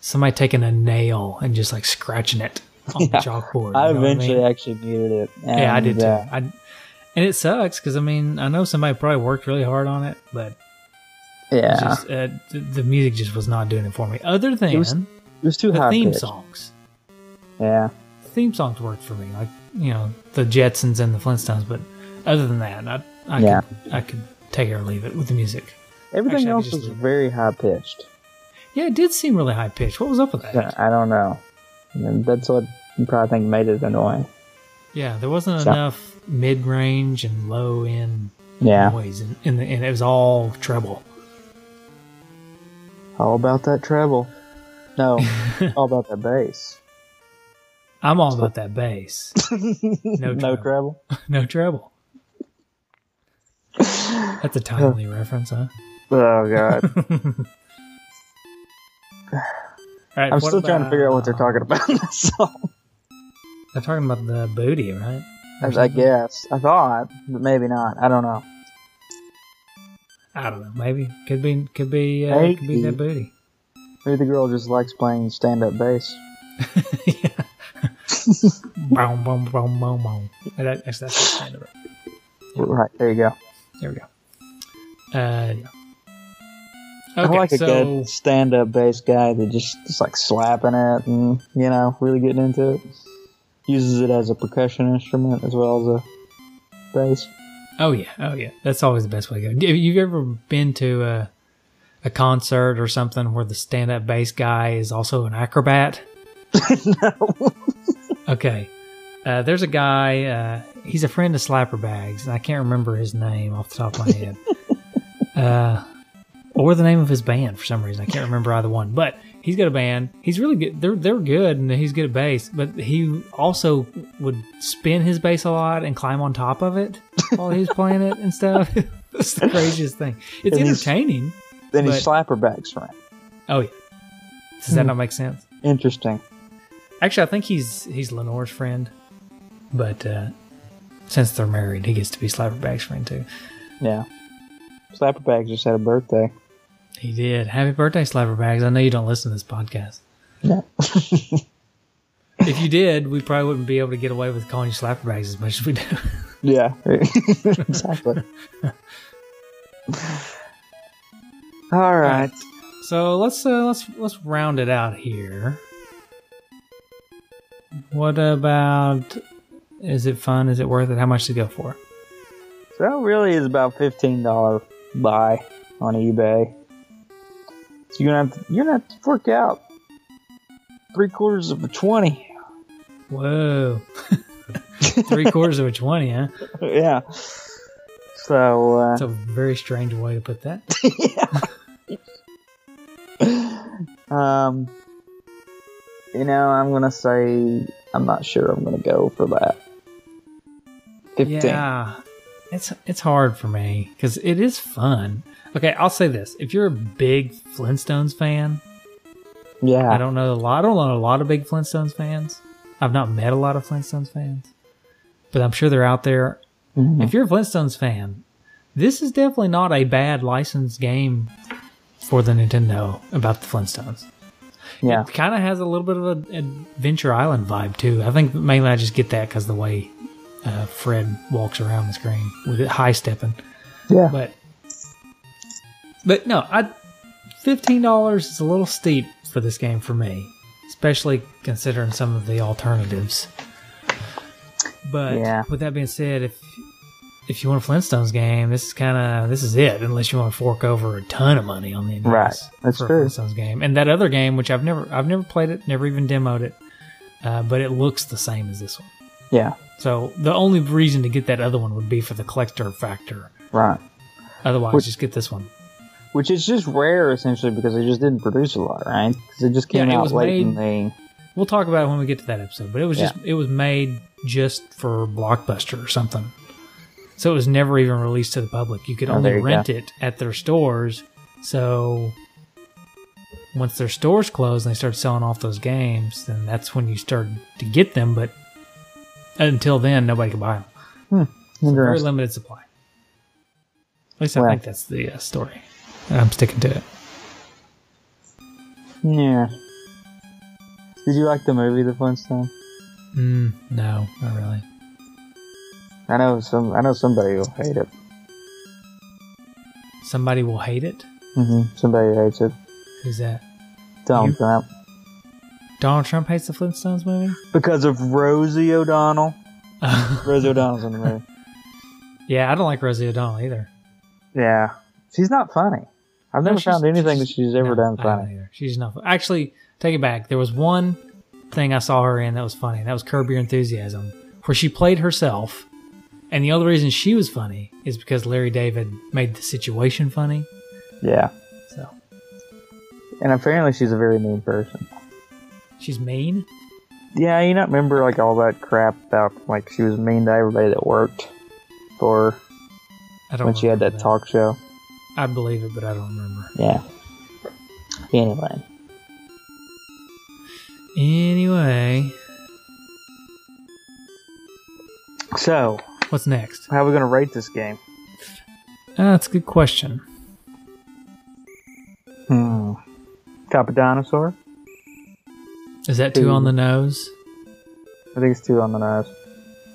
Speaker 2: somebody taking a nail and just like scratching it on the chalkboard.
Speaker 3: I
Speaker 2: you know what
Speaker 3: eventually
Speaker 2: mean?
Speaker 3: actually muted it. And,
Speaker 2: yeah, I did too.
Speaker 3: uh,
Speaker 2: I, and it sucks because I mean I know somebody probably worked really hard on it, but
Speaker 3: yeah,
Speaker 2: it's just, uh, th- the music just was not doing it for me. Other than
Speaker 3: was it was too
Speaker 2: the
Speaker 3: high
Speaker 2: theme
Speaker 3: pitched.
Speaker 2: songs,
Speaker 3: Yeah,
Speaker 2: theme songs worked for me, like you know the Jetsons and the Flintstones. But other than that, I I,
Speaker 3: Yeah.
Speaker 2: could, I could take it or leave it with the music.
Speaker 3: everything
Speaker 2: Actually, I could
Speaker 3: else
Speaker 2: just
Speaker 3: was
Speaker 2: leave it.
Speaker 3: very high pitched.
Speaker 2: Yeah, it did seem really high pitched. What was up with that?
Speaker 3: Yeah, I don't know. And That's what you probably think made it annoying.
Speaker 2: Yeah, there wasn't
Speaker 3: So-
Speaker 2: enough mid range and low end
Speaker 3: Yeah,
Speaker 2: noise, and, and, and it was all treble.
Speaker 3: all about that treble. No, all about that bass.
Speaker 2: I'm all about that bass. No
Speaker 3: No
Speaker 2: treble.
Speaker 3: treble.
Speaker 2: no treble. That's a timely reference, huh?
Speaker 3: Oh god.
Speaker 2: All right,
Speaker 3: I'm
Speaker 2: what
Speaker 3: still trying to
Speaker 2: about-
Speaker 3: figure out what they're talking about in this song.
Speaker 2: They're talking about the booty, right? Or
Speaker 3: I
Speaker 2: something?
Speaker 3: guess. I thought, but maybe not. I don't know.
Speaker 2: I don't know. Maybe could be could be uh, could be
Speaker 3: Maybe.
Speaker 2: that booty.
Speaker 3: Maybe the girl just likes playing stand up bass.
Speaker 2: yeah. boom, boom, boom, boom, boom. That, that's, that's the kind of it.
Speaker 3: Right, there you go.
Speaker 2: There we go. Uh, yeah.
Speaker 3: I
Speaker 2: Okay,
Speaker 3: like a
Speaker 2: so
Speaker 3: good stand up bass guy that just is like slapping it and, you know, really getting into it. Uses it as a percussion instrument as well as a bass.
Speaker 2: oh yeah, oh yeah, that's always the best way to go. Have you ever been to a a concert or something where the stand up bass guy is also an acrobat?
Speaker 3: no.
Speaker 2: Okay. Uh, there's a guy, uh, he's a friend of Slapper Bags, and I can't remember his name off the top of my head. uh, or the name of his band for some reason. I can't remember either one. But he's got a band. He's really good. They're, they're good, and he's good at bass, but he also would spin his bass a lot and climb on top of it while he was playing it and stuff. it's the craziest thing. It's
Speaker 3: And he's-
Speaker 2: entertaining.
Speaker 3: Then he
Speaker 2: But-
Speaker 3: slap her back right?
Speaker 2: Oh, yeah. Does that
Speaker 3: Hmm.
Speaker 2: not make sense?
Speaker 3: Interesting.
Speaker 2: Actually, I think he's he's Lenore's friend, but uh, since they're married, he gets to be Slapperback's friend too.
Speaker 3: Yeah. Slapper Bags just had a birthday.
Speaker 2: He did. Happy birthday, Slapperbags! I know you don't listen to this podcast.
Speaker 3: No.
Speaker 2: If you did, we probably wouldn't be able to get away with calling you Slapperbags as much as we do.
Speaker 3: Yeah, exactly. All right.
Speaker 2: So let's uh, let's let's round it out here. What about? Is it fun? Is it worth it? How much to go for?
Speaker 3: So that really is about fifteen dollar buy on eBay. So you're gonna have to, you're gonna have to fork out three quarters of a twenty.
Speaker 2: Whoa, three quarters of a twenty, huh?
Speaker 3: yeah. So uh,
Speaker 2: That's a very strange way to put that.
Speaker 3: um, you know, I'm gonna say I'm not sure. I'm gonna go for that. Fifteen.
Speaker 2: Yeah, it's it's hard for me because it is fun. Okay, I'll say this: if you're a big Flintstones fan,
Speaker 3: Yeah.
Speaker 2: I don't know a lot. I don't know a lot of big Flintstones fans. I've not met a lot of Flintstones fans, but I'm sure they're out there.
Speaker 3: Mhm.
Speaker 2: If you're a Flintstones fan, this is definitely not a bad licensed game for the Nintendo about the Flintstones.
Speaker 3: Yeah.
Speaker 2: It kind of has a little bit of a Adventure Island vibe too. I think mainly I just get that because the way uh, Fred walks around the screen with it high stepping.
Speaker 3: Yeah.
Speaker 2: But but no, I fifteen dollars is a little steep for this game for me, especially considering some of the alternatives. But
Speaker 3: Yeah.
Speaker 2: with that being said, if if you want a Flintstones game, this is kind of this is it. Unless you want to fork over a ton of money on the NES
Speaker 3: Right. That's
Speaker 2: for
Speaker 3: true.
Speaker 2: a Flintstones game, and that other game, which I've never I've never played it, never even demoed it, uh, but it looks the same as this one.
Speaker 3: Yeah.
Speaker 2: So the only reason to get that other one would be for the collector factor.
Speaker 3: Right.
Speaker 2: Otherwise,
Speaker 3: Which-
Speaker 2: just get this one.
Speaker 3: Which is just rare, essentially, because they just didn't produce a lot, right? Because it just came
Speaker 2: Yeah, it
Speaker 3: out
Speaker 2: was
Speaker 3: late in
Speaker 2: made-
Speaker 3: the.
Speaker 2: We'll talk about it when we get to that episode. But it was just it was made just for Blockbuster or something. So it was never even released to the public. You could
Speaker 3: Oh,
Speaker 2: only
Speaker 3: there you
Speaker 2: rent it at their stores. So once their stores close and they start selling off those games, then that's when you start to get them. But until then, nobody could buy them. Very
Speaker 3: Interesting.
Speaker 2: limited supply. At least I
Speaker 3: Well.
Speaker 2: think that's the uh, story. I'm sticking to it.
Speaker 3: Yeah. Did you like the movie The Flintstones?
Speaker 2: Mm, no, not really.
Speaker 3: I know some. I know somebody will hate it.
Speaker 2: Somebody will hate it.
Speaker 3: hmm Somebody hates it.
Speaker 2: Who's that?
Speaker 3: Donald
Speaker 2: You-
Speaker 3: Trump.
Speaker 2: Donald Trump hates the Flintstones movie?
Speaker 3: Because of Rosie O'Donnell. Rosie O'Donnell's in the movie.
Speaker 2: yeah, I don't like Rosie O'Donnell either.
Speaker 3: Yeah. She's not funny. I've
Speaker 2: No,
Speaker 3: never
Speaker 2: she's-
Speaker 3: found anything that
Speaker 2: she's-
Speaker 3: she's ever
Speaker 2: No,
Speaker 3: done
Speaker 2: I haven't
Speaker 3: funny.
Speaker 2: either. She's not. Actually, take it back. There was one thing I saw her in that was funny. and That was Curb Your Enthusiasm, where she played herself. And the only reason she was funny is because Larry David made the situation funny.
Speaker 3: Yeah.
Speaker 2: So
Speaker 3: And apparently she's a very mean person.
Speaker 2: she's mean.
Speaker 3: Yeah, you not remember like all that crap about like she was mean to everybody that worked for her
Speaker 2: I don't.
Speaker 3: when she had that,
Speaker 2: remember
Speaker 3: talk show.
Speaker 2: I believe it, but I don't remember.
Speaker 3: Yeah. Anyway.
Speaker 2: Anyway,
Speaker 3: So,
Speaker 2: what's next?
Speaker 3: how are we going to rate this game?
Speaker 2: Uh, that's a good question.
Speaker 3: Hmm. Top of Dinosaur?
Speaker 2: Is that two on the nose?
Speaker 3: I think it's two on the nose.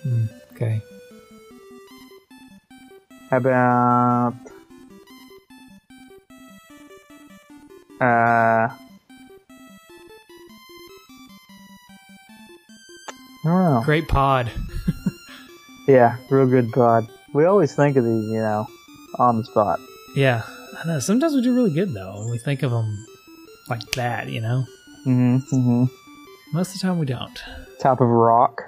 Speaker 2: Hmm, okay.
Speaker 3: How about. Uh. I don't know.
Speaker 2: Great pod.
Speaker 3: Yeah, real good pod. We always think of these, you know, on the spot.
Speaker 2: Yeah. I know. Sometimes we do really good, though, when we think of them like that, you know?
Speaker 3: Mm hmm. Mm hmm.
Speaker 2: Most of the time we don't.
Speaker 3: Top of Rock.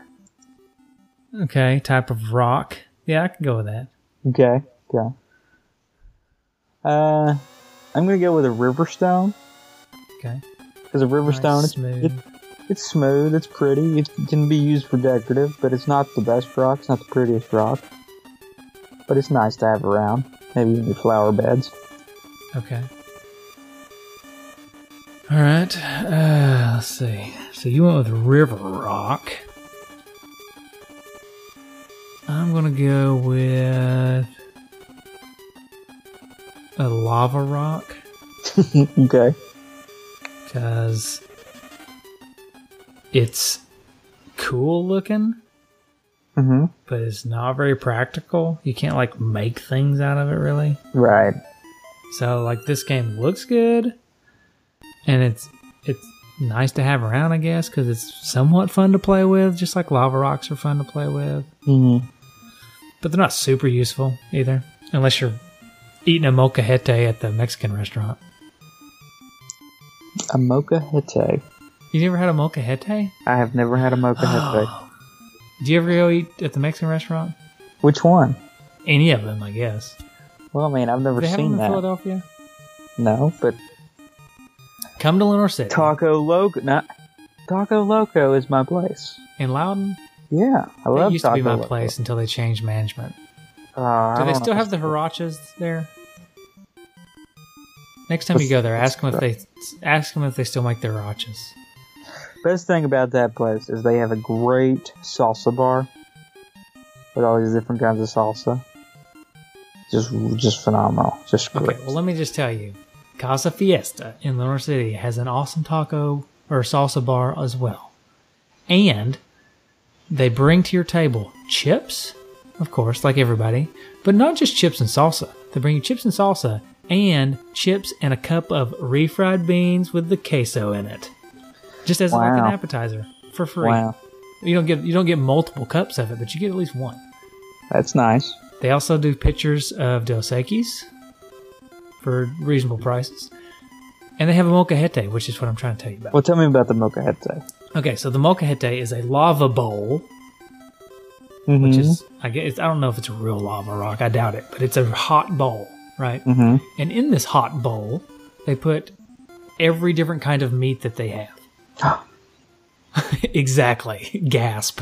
Speaker 2: Okay. Type of rock. Yeah, I could go with that.
Speaker 3: Okay. Okay. Uh, I'm gonna go with a river stone
Speaker 2: Okay.
Speaker 3: because a river
Speaker 2: Nice,
Speaker 3: stone it's,
Speaker 2: smooth.
Speaker 3: it, it's smooth, it's pretty, it can be used for decorative, but it's not the best rock, it's not the prettiest rock, but it's nice to have around. Maybe in your flower beds.
Speaker 2: Okay. All right. Uh, let's see. So you went with River Rock. I'm gonna go with a lava rock
Speaker 3: okay.
Speaker 2: because it's cool looking,
Speaker 3: Mm-hmm.
Speaker 2: but it's not very practical. You can't like make things out of it really.
Speaker 3: Right.
Speaker 2: So like this game looks good, and it's it's nice to have around, I guess, because it's somewhat fun to play with, just like lava rocks are fun to play with.
Speaker 3: Mm-hmm.
Speaker 2: But they're not super useful either, unless you're eating a mocajete at the Mexican restaurant.
Speaker 3: A mocajete.
Speaker 2: You never had a mocajete?
Speaker 3: I have never had a mocajete.
Speaker 2: Oh. Do you ever go eat at the Mexican restaurant?
Speaker 3: Which one?
Speaker 2: Any of them, I guess.
Speaker 3: Well, I mean, I've never
Speaker 2: they have them
Speaker 3: seen
Speaker 2: in
Speaker 3: that.
Speaker 2: Philadelphia.
Speaker 3: No, but
Speaker 2: Come to Lenore City
Speaker 3: Taco Loco. Not Taco Loco is my place.
Speaker 2: in Loudon.
Speaker 3: Yeah, I
Speaker 2: That
Speaker 3: love
Speaker 2: used to
Speaker 3: Taco
Speaker 2: be my
Speaker 3: Loco.
Speaker 2: place until they changed management.
Speaker 3: Uh, I
Speaker 2: Do they
Speaker 3: don't
Speaker 2: still
Speaker 3: know.
Speaker 2: have the hirachas there? Next time you go there, ask them if they ask them if they still make the hirachas.
Speaker 3: Best thing about that place is they have a great salsa bar with all these different kinds of salsa. Just, just phenomenal. Just
Speaker 2: Okay,
Speaker 3: great.
Speaker 2: well let me just tell you, Casa Fiesta in Lenore City has an awesome taco or salsa bar as well, and they bring to your table chips, of course, like everybody, but not just chips and salsa. They bring you chips and salsa and chips and a cup of refried beans with the queso in it, just as like
Speaker 3: Wow.
Speaker 2: an appetizer for free.
Speaker 3: wow,
Speaker 2: You don't get you don't get multiple cups of it, but you get at least one.
Speaker 3: that's nice.
Speaker 2: They also do pictures of Dos Equis for reasonable prices, and they have a mocajete, which is what I'm trying to tell you about.
Speaker 3: Well, tell me about the mocajete.
Speaker 2: Okay, so the mocajete is a lava bowl,
Speaker 3: Mm-hmm.
Speaker 2: which is I guess I don't know if it's a real lava rock. I doubt it, but it's a hot bowl, right?
Speaker 3: hmm
Speaker 2: And in this hot bowl, they put every different kind of meat that they have. exactly. Gasp.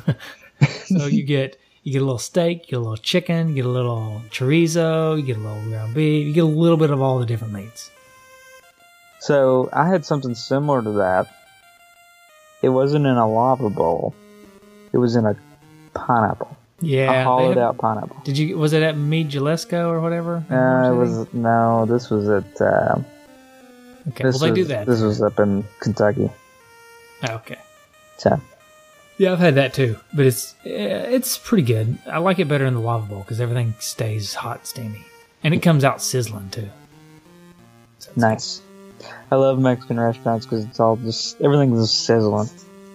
Speaker 2: so you get you get a little steak, you get a little chicken, you get a little chorizo, you get a little ground beef, you get a little bit of all the different meats.
Speaker 3: So I had something similar to that. It wasn't in a lava bowl. It was in a pineapple.
Speaker 2: Yeah.
Speaker 3: a hollowed
Speaker 2: they have-
Speaker 3: out pineapple.
Speaker 2: Did you was it at Mead Gillesco or whatever?
Speaker 3: Uh, it was no. This was at. Uh,
Speaker 2: Okay, well
Speaker 3: this
Speaker 2: they
Speaker 3: was,
Speaker 2: do that. Oh,
Speaker 3: This was up in Kentucky.
Speaker 2: Okay.
Speaker 3: So
Speaker 2: Yeah, I've had that too, but it's eh, it's pretty good. I like it better in the lava bowl because everything stays hot, steamy, and it comes out sizzling too.
Speaker 3: nice. I love Mexican restaurants because it's all just everything's just sizzling.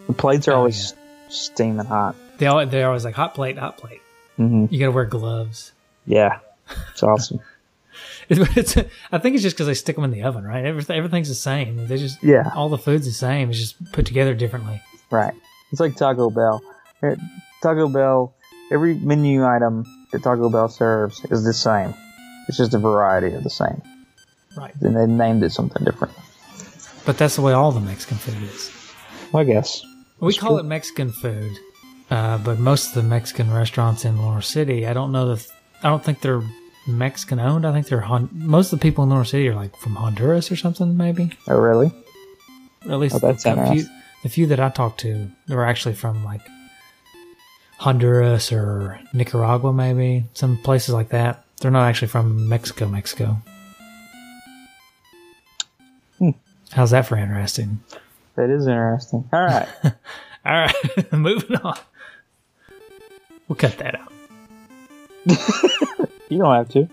Speaker 3: The plates are
Speaker 2: Oh,
Speaker 3: always steaming hot.
Speaker 2: They all they're always like hot plate, hot plate.
Speaker 3: hmm
Speaker 2: You got to wear gloves.
Speaker 3: Yeah, it's awesome.
Speaker 2: It's, it's- I think it's just because they stick them in the oven, right? Everything, everything's the same. They just
Speaker 3: Yeah,
Speaker 2: all the food's the same. It's just put together differently.
Speaker 3: right. It's like Taco Bell. Uh, Taco Bell. Every menu item that Taco Bell serves is the same. It's just a variety of the same.
Speaker 2: Right.
Speaker 3: Then they named it something different.
Speaker 2: But that's the way all the Mexican food is.
Speaker 3: Well, I guess.
Speaker 2: We
Speaker 3: That's
Speaker 2: call
Speaker 3: true.
Speaker 2: it Mexican food, uh, but most of the Mexican restaurants in Lenore City, I don't know the, I don't think they're Mexican owned. I think they're Hon- most of the people in Lenore City are like from Honduras or something, maybe.
Speaker 3: Oh, really?
Speaker 2: Or at least
Speaker 3: Oh, that's
Speaker 2: the, confu-
Speaker 3: interesting.
Speaker 2: the few that I talked to were actually from like Honduras or Nicaragua, maybe some places like that. They're not actually from Mexico, Mexico.
Speaker 3: Hmm.
Speaker 2: How's that for interesting?
Speaker 3: That is interesting. All right.
Speaker 2: All right, moving on. We'll cut that out.
Speaker 3: you don't have to.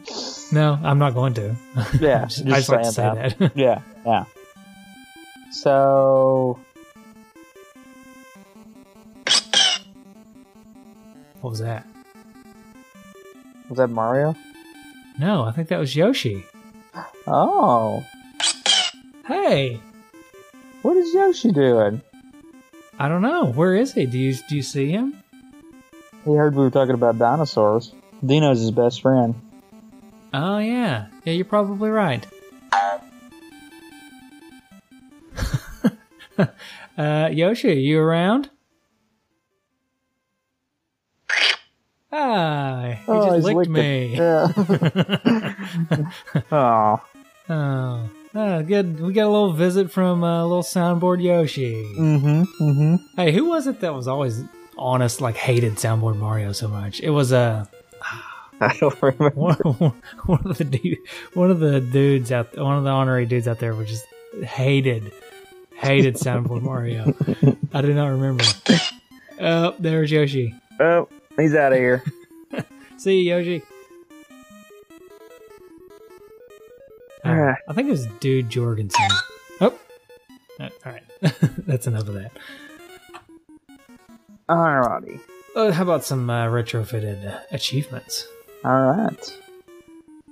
Speaker 2: No, I'm not going to.
Speaker 3: Yeah.
Speaker 2: I just, I just like to say
Speaker 3: saying
Speaker 2: that.
Speaker 3: Yeah. Yeah. So
Speaker 2: what was that?
Speaker 3: was that Mario?
Speaker 2: No, I think that was Yoshi.
Speaker 3: Oh,
Speaker 2: Hey,
Speaker 3: what is Yoshi doing?
Speaker 2: I don't know. Where is he? Do you do you see him?
Speaker 3: He heard we were talking about dinosaurs. Dino's his best friend.
Speaker 2: Oh yeah, yeah. You're probably right. uh, Yoshi, you around? Hi. Ah, He
Speaker 3: oh,
Speaker 2: just
Speaker 3: he's
Speaker 2: licked,
Speaker 3: licked it.
Speaker 2: me.
Speaker 3: Yeah. oh,
Speaker 2: oh, oh, good. We got a little visit from uh, little soundboard Yoshi.
Speaker 3: mm-hmm, mm-hmm.
Speaker 2: Hey, who was it that was always honest, like hated Soundboard Mario so much? It was uh,
Speaker 3: I don't remember.
Speaker 2: one, one of the dude, one of the dudes out, one of the honorary dudes out there, was just hated, hated Soundboard Mario. I do not remember. Oh, there's Yoshi.
Speaker 3: Oh, he's out of here.
Speaker 2: See you, Yoshi.
Speaker 3: Yeah.
Speaker 2: I think it was Dude Jorgensen. Oh, all right. That's enough of that.
Speaker 3: Alrighty.
Speaker 2: Uh, how about some uh, retrofitted uh, achievements?
Speaker 3: All right.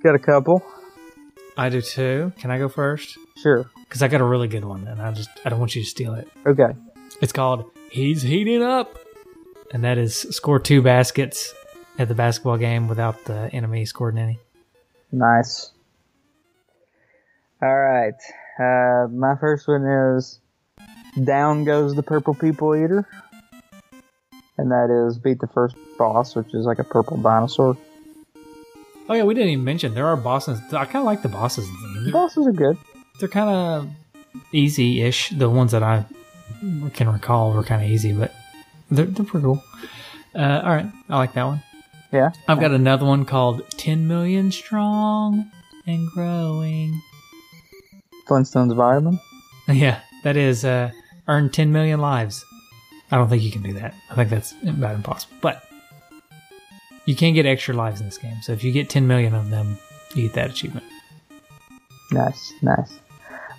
Speaker 3: Got a couple.
Speaker 2: I do too. Can I go first?
Speaker 3: Sure.
Speaker 2: Because I got a really good one, and I just I don't want you to steal it.
Speaker 3: Okay.
Speaker 2: It's called "He's Heating Up," and that is score two baskets at the basketball game without the enemy scoring any.
Speaker 3: Nice. All right. Uh, my first one is Down Goes the Purple People Eater. And that is beat the first boss, which is like a purple dinosaur.
Speaker 2: Oh yeah, we didn't even mention there are bosses. I kind of like the bosses. in the
Speaker 3: The
Speaker 2: game.
Speaker 3: bosses are good.
Speaker 2: They're kind of easy-ish. The ones that I can recall were kind of easy, but they're they're pretty cool. Uh, all right, I like that one.
Speaker 3: Yeah.
Speaker 2: I've got another one called 10 Million Strong and Growing.
Speaker 3: Flintstones Vitamin.
Speaker 2: Yeah, that is uh, earn 10 million lives. I don't think you can do that. I think that's about impossible. But you can get extra lives in this game. So if you get 10 million of them, you get that achievement.
Speaker 3: Nice, nice.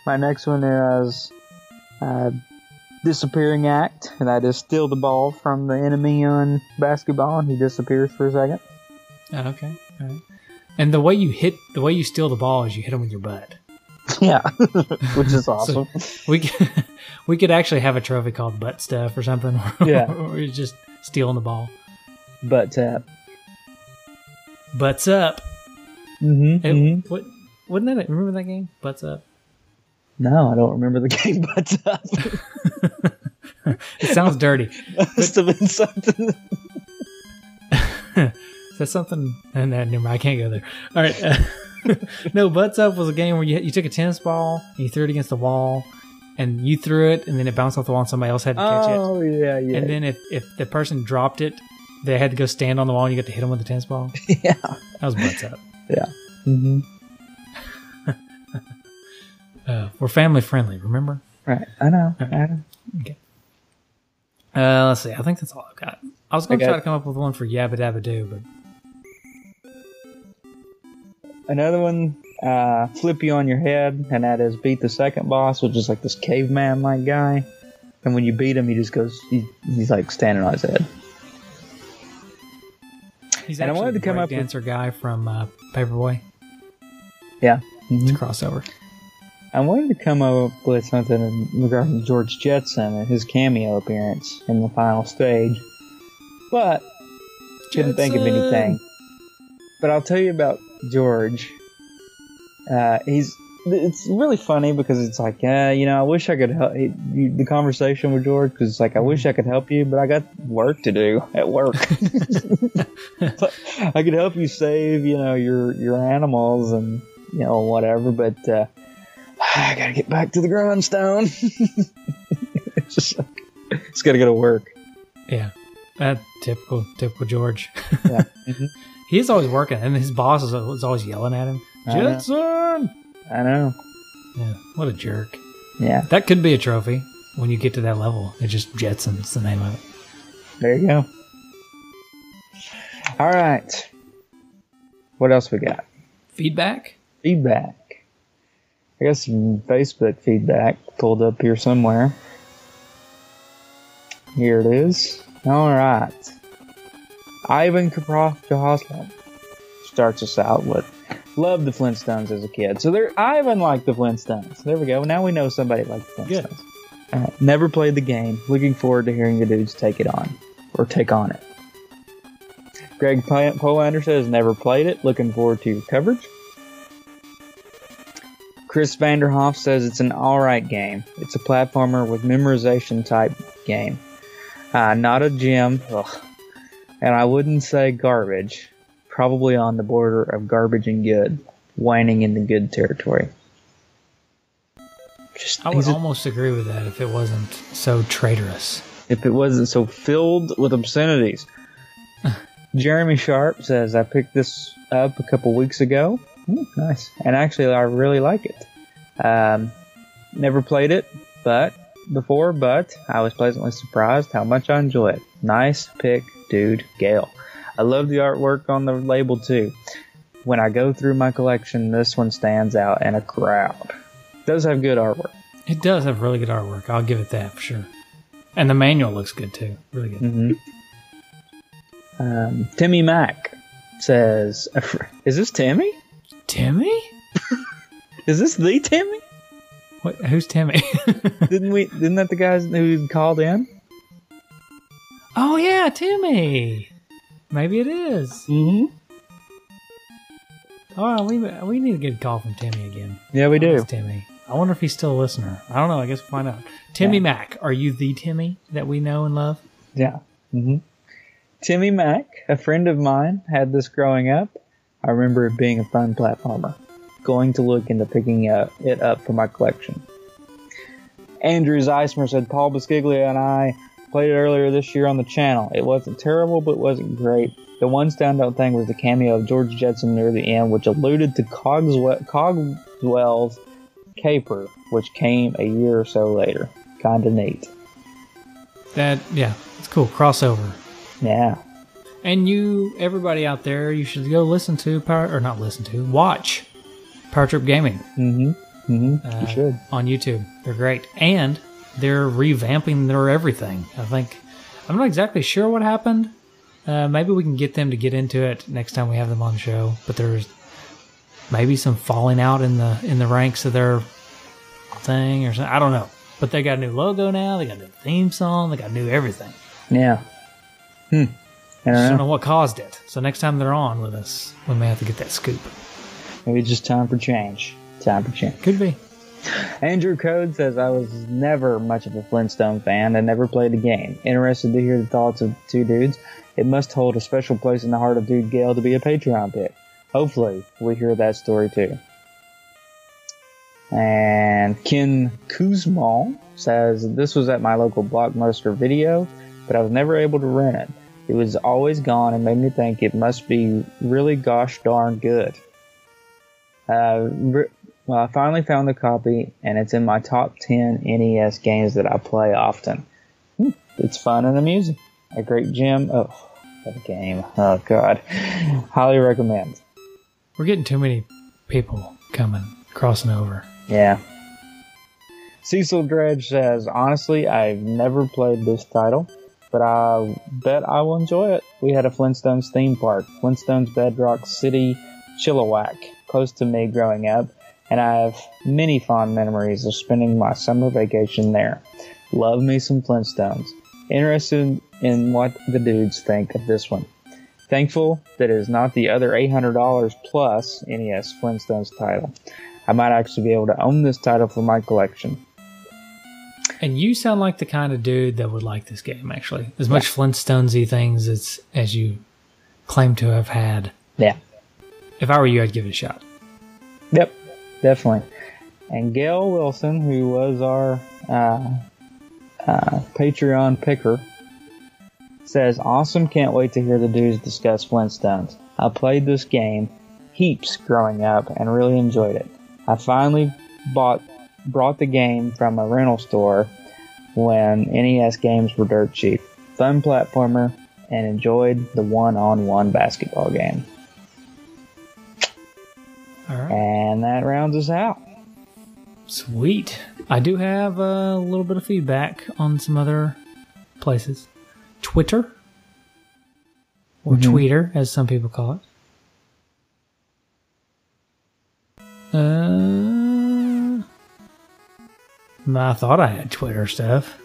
Speaker 3: My next one is uh, Disappearing Act, and that is steal the ball from the enemy on basketball, and he disappears for a second.
Speaker 2: Oh, okay. All right. And the way you hit, the way you steal the ball is you hit them with your butt.
Speaker 3: Yeah, which is awesome.
Speaker 2: We could, we could actually have a trophy called butt stuff or something.
Speaker 3: Yeah.
Speaker 2: or you're just stealing the ball.
Speaker 3: Butt tap.
Speaker 2: Butts up.
Speaker 3: Mm-hmm.
Speaker 2: It,
Speaker 3: mm-hmm.
Speaker 2: What? Wasn't that? it? Remember that game? Butts up.
Speaker 3: No, I don't remember the game uh, butts up.
Speaker 2: It sounds dirty.
Speaker 3: Must have been something.
Speaker 2: Is that something? And no, never mind. I can't go there. All right. uh, no, butts up was a game where you you took a tennis ball and you threw it against the wall, and you threw it, and then it bounced off the wall, and somebody else had to catch it.
Speaker 3: Oh yeah, yeah.
Speaker 2: And then if if the person dropped it, they had to go stand on the wall, and you got to hit them with the tennis ball.
Speaker 3: Yeah.
Speaker 2: That was butts up.
Speaker 3: mm-hmm.
Speaker 2: Uh, we're family friendly. Remember?
Speaker 3: Right. I know. I know.
Speaker 2: Uh, let's see. I think that's all I've got. I was going to
Speaker 3: Okay.
Speaker 2: try to come up with one for Yabba Dabba Doo, but
Speaker 3: Another one, uh, flip you on your head, and that is beat the second boss, which is like this caveman-like guy. And when you beat him, he just goes. He, he's like standing on his head.
Speaker 2: he's
Speaker 3: And I
Speaker 2: actually
Speaker 3: wanted
Speaker 2: the
Speaker 3: to come up with-
Speaker 2: dancer guy from uh, Paperboy.
Speaker 3: Yeah.
Speaker 2: It's a
Speaker 3: Mhm.
Speaker 2: crossover.
Speaker 3: I wanted to come up with something in regard to George Jetson and his cameo appearance in the final stage, but couldn't think
Speaker 2: uh,
Speaker 3: of anything. But I'll tell you about George. Uh, he's it's really funny because it's like, uh, you know, I wish I could help you, the conversation with George because it's like I wish I could help you, but I got work to do at work. But I could help you save, you know, your your animals and you know whatever, but uh, I gotta get back to the grindstone. just like, it's got to go to work.
Speaker 2: Yeah. That typical, typical George.
Speaker 3: Yeah. Mhm.
Speaker 2: He's always working, and his boss is, is always yelling at him.
Speaker 3: I know.
Speaker 2: Jetson!
Speaker 3: I know.
Speaker 2: Yeah, what a jerk.
Speaker 3: Yeah,
Speaker 2: That could be a trophy when you get to that level. It just Jetson's the name of it.
Speaker 3: there you go. All right. What else we got?
Speaker 2: Feedback?
Speaker 3: Feedback. I got some Facebook feedback pulled up here somewhere. Here it is. All right. Ivan Kaprofkahoslov starts us out with "Love the Flintstones as a kid." So there, Ivan liked the Flintstones. There we go. Now we know somebody liked the
Speaker 2: Good.
Speaker 3: Flintstones. All right. Uh, Never played the game. Looking forward to hearing the dudes take it on or take on it. Greg P- Polander says never played it. Looking forward to your coverage. Chris Vanderhoff says it's an alright game. It's a platformer with memorization type game. Uh, not a gem. Ugh. And I wouldn't say garbage. Probably on the border of garbage and good. Waning in the good territory. Just,
Speaker 2: I would
Speaker 3: he's a-
Speaker 2: almost agree with that if it wasn't so traitorous.
Speaker 3: if it wasn't so filled with obscenities. Jeremy Sharp says, I picked this up a couple weeks ago. Ooh, nice. And actually, I really like it. Um, never played it but before, but I was pleasantly surprised how much I enjoy it. Nice pick, dude, Gale. I love the artwork on the label, too. When I go through my collection, this one stands out in a crowd. Does have good artwork.
Speaker 2: It does have really good artwork. I'll give it that for sure. And the manual looks good too. Really good.
Speaker 3: hmm Um, Timmy Mack says, "Is this Timmy?
Speaker 2: Timmy?
Speaker 3: Is this the Timmy?
Speaker 2: What, who's Timmy?
Speaker 3: Didn't we? Didn't that the guys who called in?
Speaker 2: oh, yeah, Timmy. Maybe it is.
Speaker 3: Mm-hmm.
Speaker 2: Oh, we, we need to get a call from Timmy again.
Speaker 3: Yeah, we do.
Speaker 2: It's Timmy. I wonder if he's still a listener. I don't know. I guess we'll find out. Timmy
Speaker 3: Yeah.
Speaker 2: Mack, are you the Timmy that we know and love?
Speaker 3: Yeah. hmm Timmy Mack, a friend of mine, had this growing up. I remember it being a fun platformer. Going to look into picking up, it up for my collection. Andrew Zeismer said Paul Bisciglia and I played it earlier this year on the channel. It wasn't terrible, but it wasn't great. The one standout thing was the cameo of George Jetson near the end, which alluded to Cogswell, Cogswell's caper, which came a year or so later. Kinda neat.
Speaker 2: That, yeah, it's cool. Crossover.
Speaker 3: Yeah.
Speaker 2: And you, everybody out there, you should go listen to Power, or not listen to, watch Power Trip Gaming
Speaker 3: Mm-hmm. Mm-hmm.
Speaker 2: uh,
Speaker 3: you should.
Speaker 2: on YouTube. They're great. And they're revamping their everything. I think, I'm not exactly sure what happened. Uh, maybe we can get them to get into it next time we have them on the show. But there's maybe some falling out in the in the ranks of their thing or something. I don't know. But they got a new logo now. They got a new theme song. They got new everything.
Speaker 3: Yeah. Hmm. I
Speaker 2: I
Speaker 3: don't
Speaker 2: don't
Speaker 3: know.
Speaker 2: know what caused it. So next time they're on with us, we may have to get that scoop.
Speaker 3: Maybe it's just time for change. Time for change.
Speaker 2: Could be.
Speaker 3: Andrew Code says I was never much of a Flintstone fan. I never played the game. Interested to hear the thoughts of the two dudes. It must hold a special place in the heart of Dude Gale to be a Patreon pick. Hopefully, we hear that story too. And Ken Kuzmal says this was at my local Blockbuster video, but I was never able to rent it. It was always gone and made me think it must be really gosh darn good. Uh, re- well, I finally found the copy, and it's in my top 10 NES games that I play often. Hmm, It's fun and amusing. A great gem. Oh, what a game. Oh, God. Highly recommend.
Speaker 2: We're getting too many people coming, crossing over.
Speaker 3: Yeah. Cecil Dredge says, honestly, I've never played this title, but I bet I will enjoy it. We had a Flintstones theme park, Flintstones Bedrock City, Chilliwack, close to me growing up, and I have many fond memories of spending my summer vacation there. Love me some Flintstones. Interested in what the dudes think of this one. Thankful that it is not the other $800 plus NES Flintstones title. I might actually be able to own this title for my collection.
Speaker 2: And you sound like the kind of dude that would like this game, actually. As much Flintstonesy things as as you claim to have had.
Speaker 3: Yeah.
Speaker 2: If I were you, I'd give it a shot.
Speaker 3: Yep, definitely. And Gail Wilson, who was our uh, uh, Patreon picker says, "Awesome! Can't wait to hear the dudes discuss Flintstones. I played this game heaps growing up and really enjoyed it. I finally bought brought the game from a rental store when NES games were dirt cheap. Fun platformer and enjoyed the one-on-one basketball game.
Speaker 2: All right.
Speaker 3: And that rounds us out.
Speaker 2: Sweet. I do have a little bit of feedback on some other places. Twitter, or
Speaker 3: Mhm.
Speaker 2: Tweeter, as some people call it. Uh, I thought I had Twitter stuff.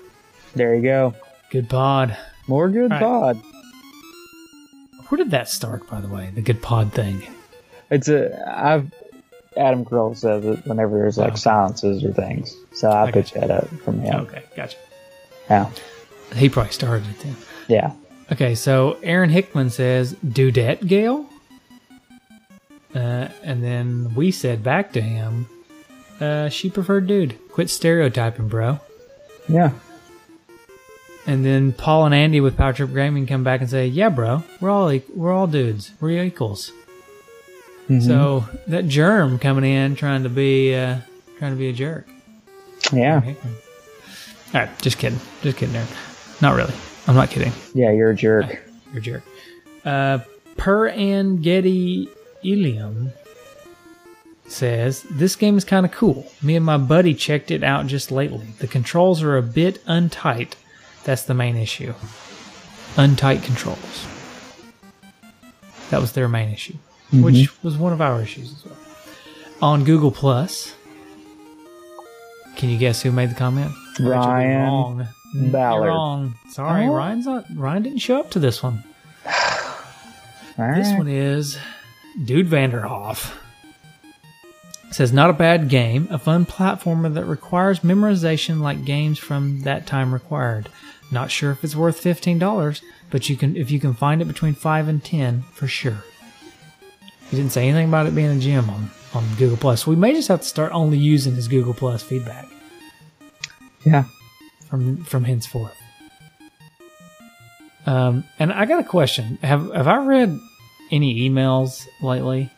Speaker 3: There you go.
Speaker 2: Good pod.
Speaker 3: More good
Speaker 2: All right.
Speaker 3: pod.
Speaker 2: Where did that start, by the way? The good pod thing.
Speaker 3: It's a I've Adam Kroll says it whenever there's like
Speaker 2: Oh.
Speaker 3: silences or things. So I
Speaker 2: Okay.
Speaker 3: picked that up from him.
Speaker 2: Okay, gotcha.
Speaker 3: Yeah.
Speaker 2: He probably started it then.
Speaker 3: Yeah.
Speaker 2: Okay, so Aaron Hickman says, Dudette Gale? Uh, and then we said back to him, uh, she preferred dude. Quit stereotyping, bro.
Speaker 3: Yeah.
Speaker 2: And then Paul and Andy with Power Trip Gaming come back and say, yeah, bro, we're all, e- we're all dudes. We're equals.
Speaker 3: Mhm.
Speaker 2: So that germ coming in trying to be, uh, trying to be a jerk.
Speaker 3: yeah.
Speaker 2: All right, just kidding. Just kidding, Aaron. Not really. I'm not kidding.
Speaker 3: Yeah, you're a jerk.
Speaker 2: You're a jerk. Uh, per and Getty Ilium says this game is kind of cool. Me and my buddy checked it out just lately. The controls are a bit untight. That's the main issue. Untight controls. That was their main issue, which was one of our issues as well. On Google Plus, can you guess who made the comment? I bet you'll be
Speaker 3: Ryan
Speaker 2: wrong. You're
Speaker 3: Ballard.
Speaker 2: wrong. Sorry,
Speaker 3: Oh.
Speaker 2: Ryan's not. Ryan didn't show up to this one.
Speaker 3: All right.
Speaker 2: This one is Dude Vanderhoff. Says not a bad game, a fun platformer that requires memorization like games from that time required. Not sure if it's worth fifteen dollars, but you can if you can find it between five and ten for sure. He didn't say anything about it being a gym on, on Google Plus. We may just have to start only using his Google Plus feedback
Speaker 3: Yeah.
Speaker 2: from from henceforth. Um, and I got a question. Have have I read any emails lately?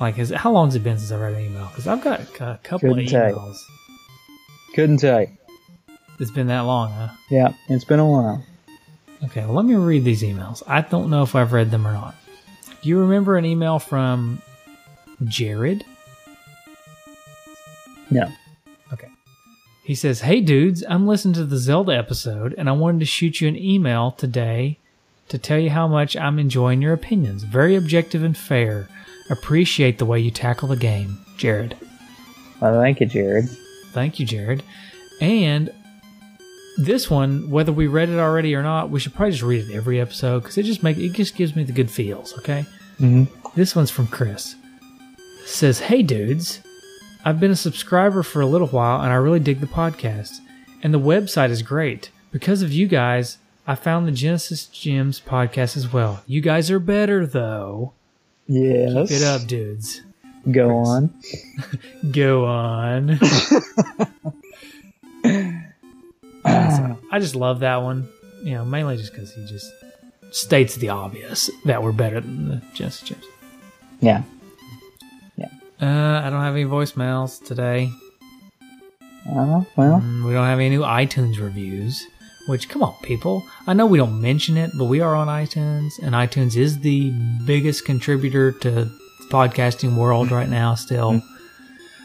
Speaker 2: Like, is how long's it been since I read an email? Because I've got a couple
Speaker 3: Couldn't
Speaker 2: of
Speaker 3: tell.
Speaker 2: emails.
Speaker 3: Couldn't tell you.
Speaker 2: It's been that long, huh?
Speaker 3: Yeah. It's been a while.
Speaker 2: Okay, well, let me read these emails. I don't know if I've read them or not. Do you remember an email from Jared?
Speaker 3: No.
Speaker 2: He says, Hey dudes, I'm listening to the Zelda episode and I wanted to shoot you an email today to tell you how much I'm enjoying your opinions. Very objective and fair. Appreciate the way you tackle the game, Jared.
Speaker 3: Well, thank you, Jared.
Speaker 2: Thank you, Jared. And this one, whether we read it already or not, we should probably just read it every episode because it just make it just gives me the good feels. Okay. Mm-hmm.
Speaker 3: Mhm.
Speaker 2: This one's from Chris. Says, "Hey dudes, I've been a subscriber for a little while and I really dig the podcast, and the website is great because of you guys. I found the Genesis Gems podcast as well. You guys are better though.
Speaker 3: Yes.
Speaker 2: Get up, dudes.
Speaker 3: Go
Speaker 2: Chris.
Speaker 3: on.
Speaker 2: Go on." So, I just love that one. You know, mainly just because he just states the obvious that we're better than the Genesis James.
Speaker 3: Yeah.
Speaker 2: Uh, I don't have any voicemails today.
Speaker 3: Uh, well,
Speaker 2: Mm, we don't have any new iTunes reviews. Which, come on, people. I know we don't mention it, but we are on iTunes, and iTunes is the biggest contributor to the podcasting world right now, still.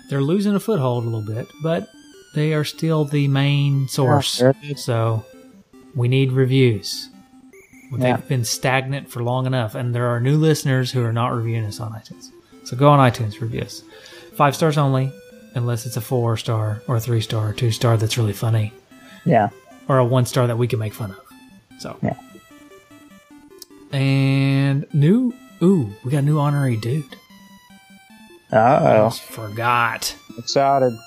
Speaker 2: They're losing a foothold a little bit, but they are still the main source.
Speaker 3: they're good.
Speaker 2: So we need reviews.
Speaker 3: Yeah.
Speaker 2: They've been stagnant for long enough, and there are new listeners who are not reviewing us on iTunes. So go on iTunes, review us. Five stars only, unless it's a four star or a three star or two star that's really funny, Mm-hmm.
Speaker 3: yeah.
Speaker 2: or a one star that we can make fun of. So,
Speaker 3: Yeah.
Speaker 2: and new, ooh, we got a new honorary dude.
Speaker 3: Uh oh.
Speaker 2: Almost forgot.
Speaker 3: Excited.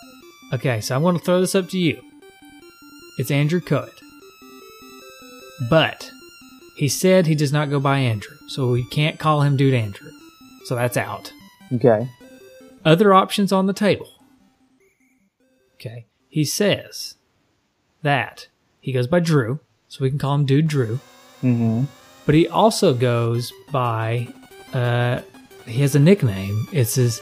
Speaker 2: Okay, so I'm going to throw this up to you. It's Andrew Coed. But he said he does not go by Andrew, so we can't call him Dude Andrew. So that's out.
Speaker 3: Okay.
Speaker 2: Other options on the table. Okay. He says that He goes by Drew, so we can call him Dude Drew.
Speaker 3: Mm-hmm.
Speaker 2: But he also goes by uh, he has a nickname. It's his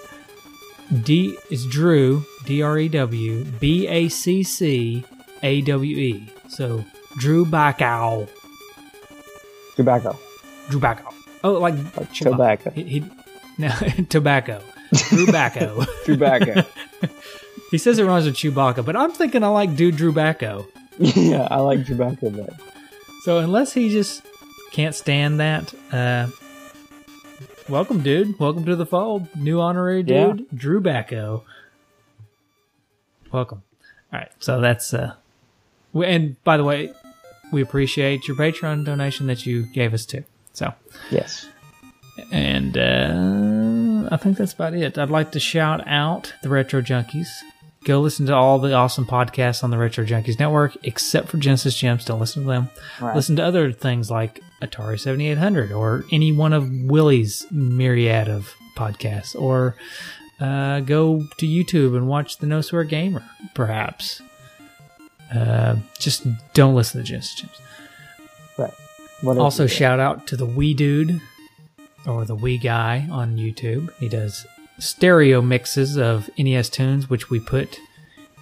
Speaker 2: D. It's Drew D R E W B A C C A W E. So Drew Backow.
Speaker 3: Tobacco.
Speaker 2: Drew Backow. Oh, like
Speaker 3: Like tobacco.
Speaker 2: he, he no tobacco. Drew Backow.
Speaker 3: Tobacco.
Speaker 2: he says it rhymes with Chewbacca, but I'm thinking I like dude Drew Backow.
Speaker 3: yeah, I like tobacco better.
Speaker 2: So unless he just can't stand that, uh, welcome, dude. Welcome to the fold. New honorary
Speaker 3: Yeah.
Speaker 2: dude, Drew Backo. Welcome. All right. So that's uh, we- and by the way, we appreciate your Patreon donation that you gave us too. So
Speaker 3: Yes.
Speaker 2: and uh, I think that's about it. I'd like to shout out the Retro Junkies. Go listen to all the awesome podcasts on the Retro Junkies Network, except for Genesis Gems. Don't listen to them.
Speaker 3: Right.
Speaker 2: Listen to other things like Atari 7800 or any one of Willie's myriad of podcasts. Or uh, go to YouTube and watch The No Swear Gamer, perhaps. Uh, just don't listen to Genesis Gems.
Speaker 3: Right. What else
Speaker 2: Also,
Speaker 3: is there?
Speaker 2: shout out to the Wee Dude or the Wee Guy on YouTube. He does stereo mixes of NES tunes, which we put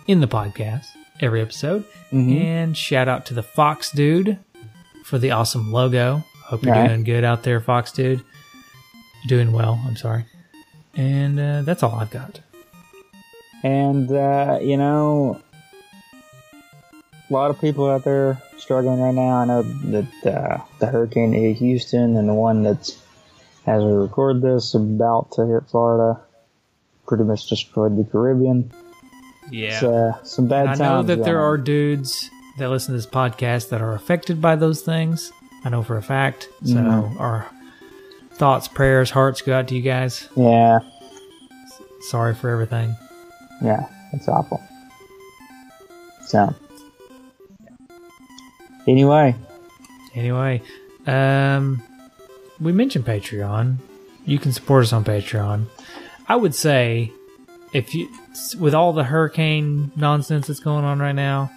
Speaker 2: in the podcast every episode.
Speaker 3: Mhm.
Speaker 2: And shout out to the Fox Dude for the awesome logo. Hope you're
Speaker 3: Right.
Speaker 2: doing good out there, Fox Dude. Doing well, I'm sorry. And uh, that's all I've got.
Speaker 3: And, uh, you know, a lot of people out there struggling right now. I know that uh, the hurricane that hit Houston and the one that's, as we record this, about to hit Florida pretty much destroyed the Caribbean.
Speaker 2: Yeah.
Speaker 3: It's uh, some bad
Speaker 2: I
Speaker 3: times.
Speaker 2: know that there
Speaker 3: going on.
Speaker 2: are dudes that listen to this podcast that are affected by those things. I know for a fact. So
Speaker 3: Mhm.
Speaker 2: our thoughts, prayers, hearts go out to you guys.
Speaker 3: Yeah,
Speaker 2: Sorry for everything.
Speaker 3: yeah, it's awful. So, anyway,
Speaker 2: Anyway, um, we mentioned Patreon. You can support us on Patreon. I would say, if you, with all the hurricane nonsense that's going on right now,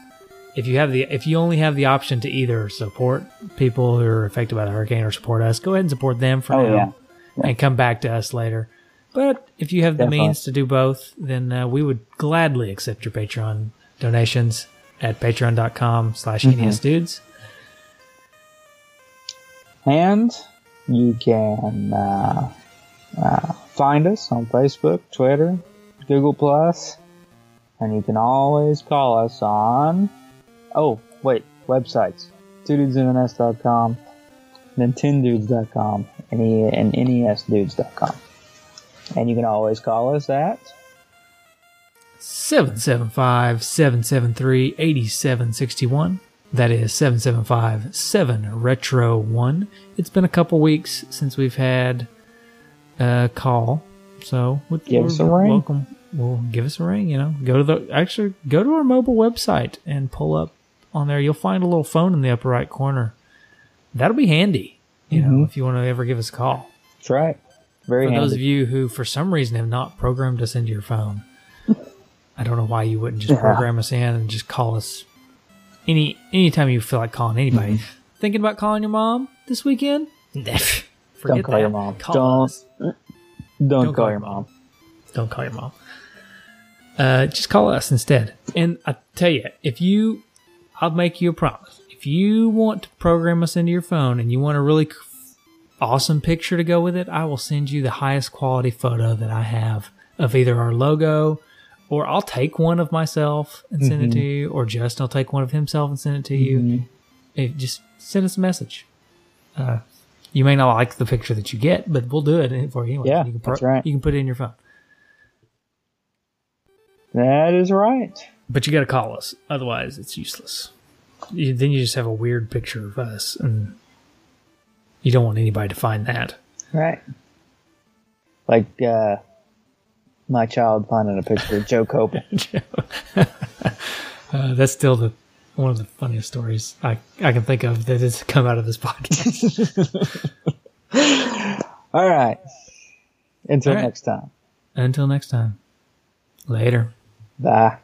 Speaker 2: if you have the, if you only have the option to either support people who are affected by the hurricane or support us, go ahead and support them for
Speaker 3: Oh,
Speaker 2: now,
Speaker 3: yeah.
Speaker 2: and come back to us later. But if you have the
Speaker 3: Definitely.
Speaker 2: means to do both, then uh, we would gladly accept your Patreon donations at patreon.com slash NES dudes.
Speaker 3: and you can uh, uh, find us on Facebook, Twitter, Google Plus, and you can always call us on. Oh, wait, websites: twodudesinns.com, nintendudes.com, and E- and nesdudes.com. And you can always call us at
Speaker 2: 775 773 8761. That is 775 7 Retro 1. It's been a couple weeks since we've had a call. So we-
Speaker 3: Give us a
Speaker 2: we're
Speaker 3: ring.
Speaker 2: Welcome. Well, give us a ring. You know, go to the actually go to our mobile website and pull up on there. You'll find a little phone in the upper right corner. That'll be handy. You
Speaker 3: Mm-hmm.
Speaker 2: know, if you want to ever give us a call.
Speaker 3: That's right. Very
Speaker 2: For those
Speaker 3: handy.
Speaker 2: of you who, for some reason, have not programmed us into your phone, I don't know why you wouldn't just
Speaker 3: Yeah.
Speaker 2: program us in and just call us any anytime you feel like calling anybody.
Speaker 3: Mm-hmm.
Speaker 2: Thinking about calling your mom this weekend? Forget
Speaker 3: Don't call
Speaker 2: that.
Speaker 3: your mom.
Speaker 2: Call
Speaker 3: Don't.
Speaker 2: us.
Speaker 3: don't,
Speaker 2: don't
Speaker 3: call
Speaker 2: call
Speaker 3: your
Speaker 2: me.
Speaker 3: mom.
Speaker 2: Don't call your mom. Uh, just call us instead. And I tell you, if you, I'll make you a promise. If you want to program us into your phone and you want a really c- awesome picture to go with it, I will send you the highest quality photo that I have of either our logo or I'll take one of myself and send it
Speaker 3: Mm-hmm.
Speaker 2: to you, or Justin will take one of himself and send it to you. It, just send us a message. Uh, you may not like the picture that you get, but we'll do it for you anyway.
Speaker 3: Yeah,
Speaker 2: you can
Speaker 3: that's right.
Speaker 2: You can put it in your phone.
Speaker 3: That is right.
Speaker 2: But you got to call us, otherwise it's useless. You, then you just have a weird picture of us, and you don't want anybody to find that.
Speaker 3: Right. Like uh, my child finding a picture of Joe Copen.
Speaker 2: Uh, that's still the one of the funniest stories I, I can think of that has come out of this podcast.
Speaker 3: All right. Until
Speaker 2: All right.
Speaker 3: next time.
Speaker 2: Until next time, later.
Speaker 3: Bye.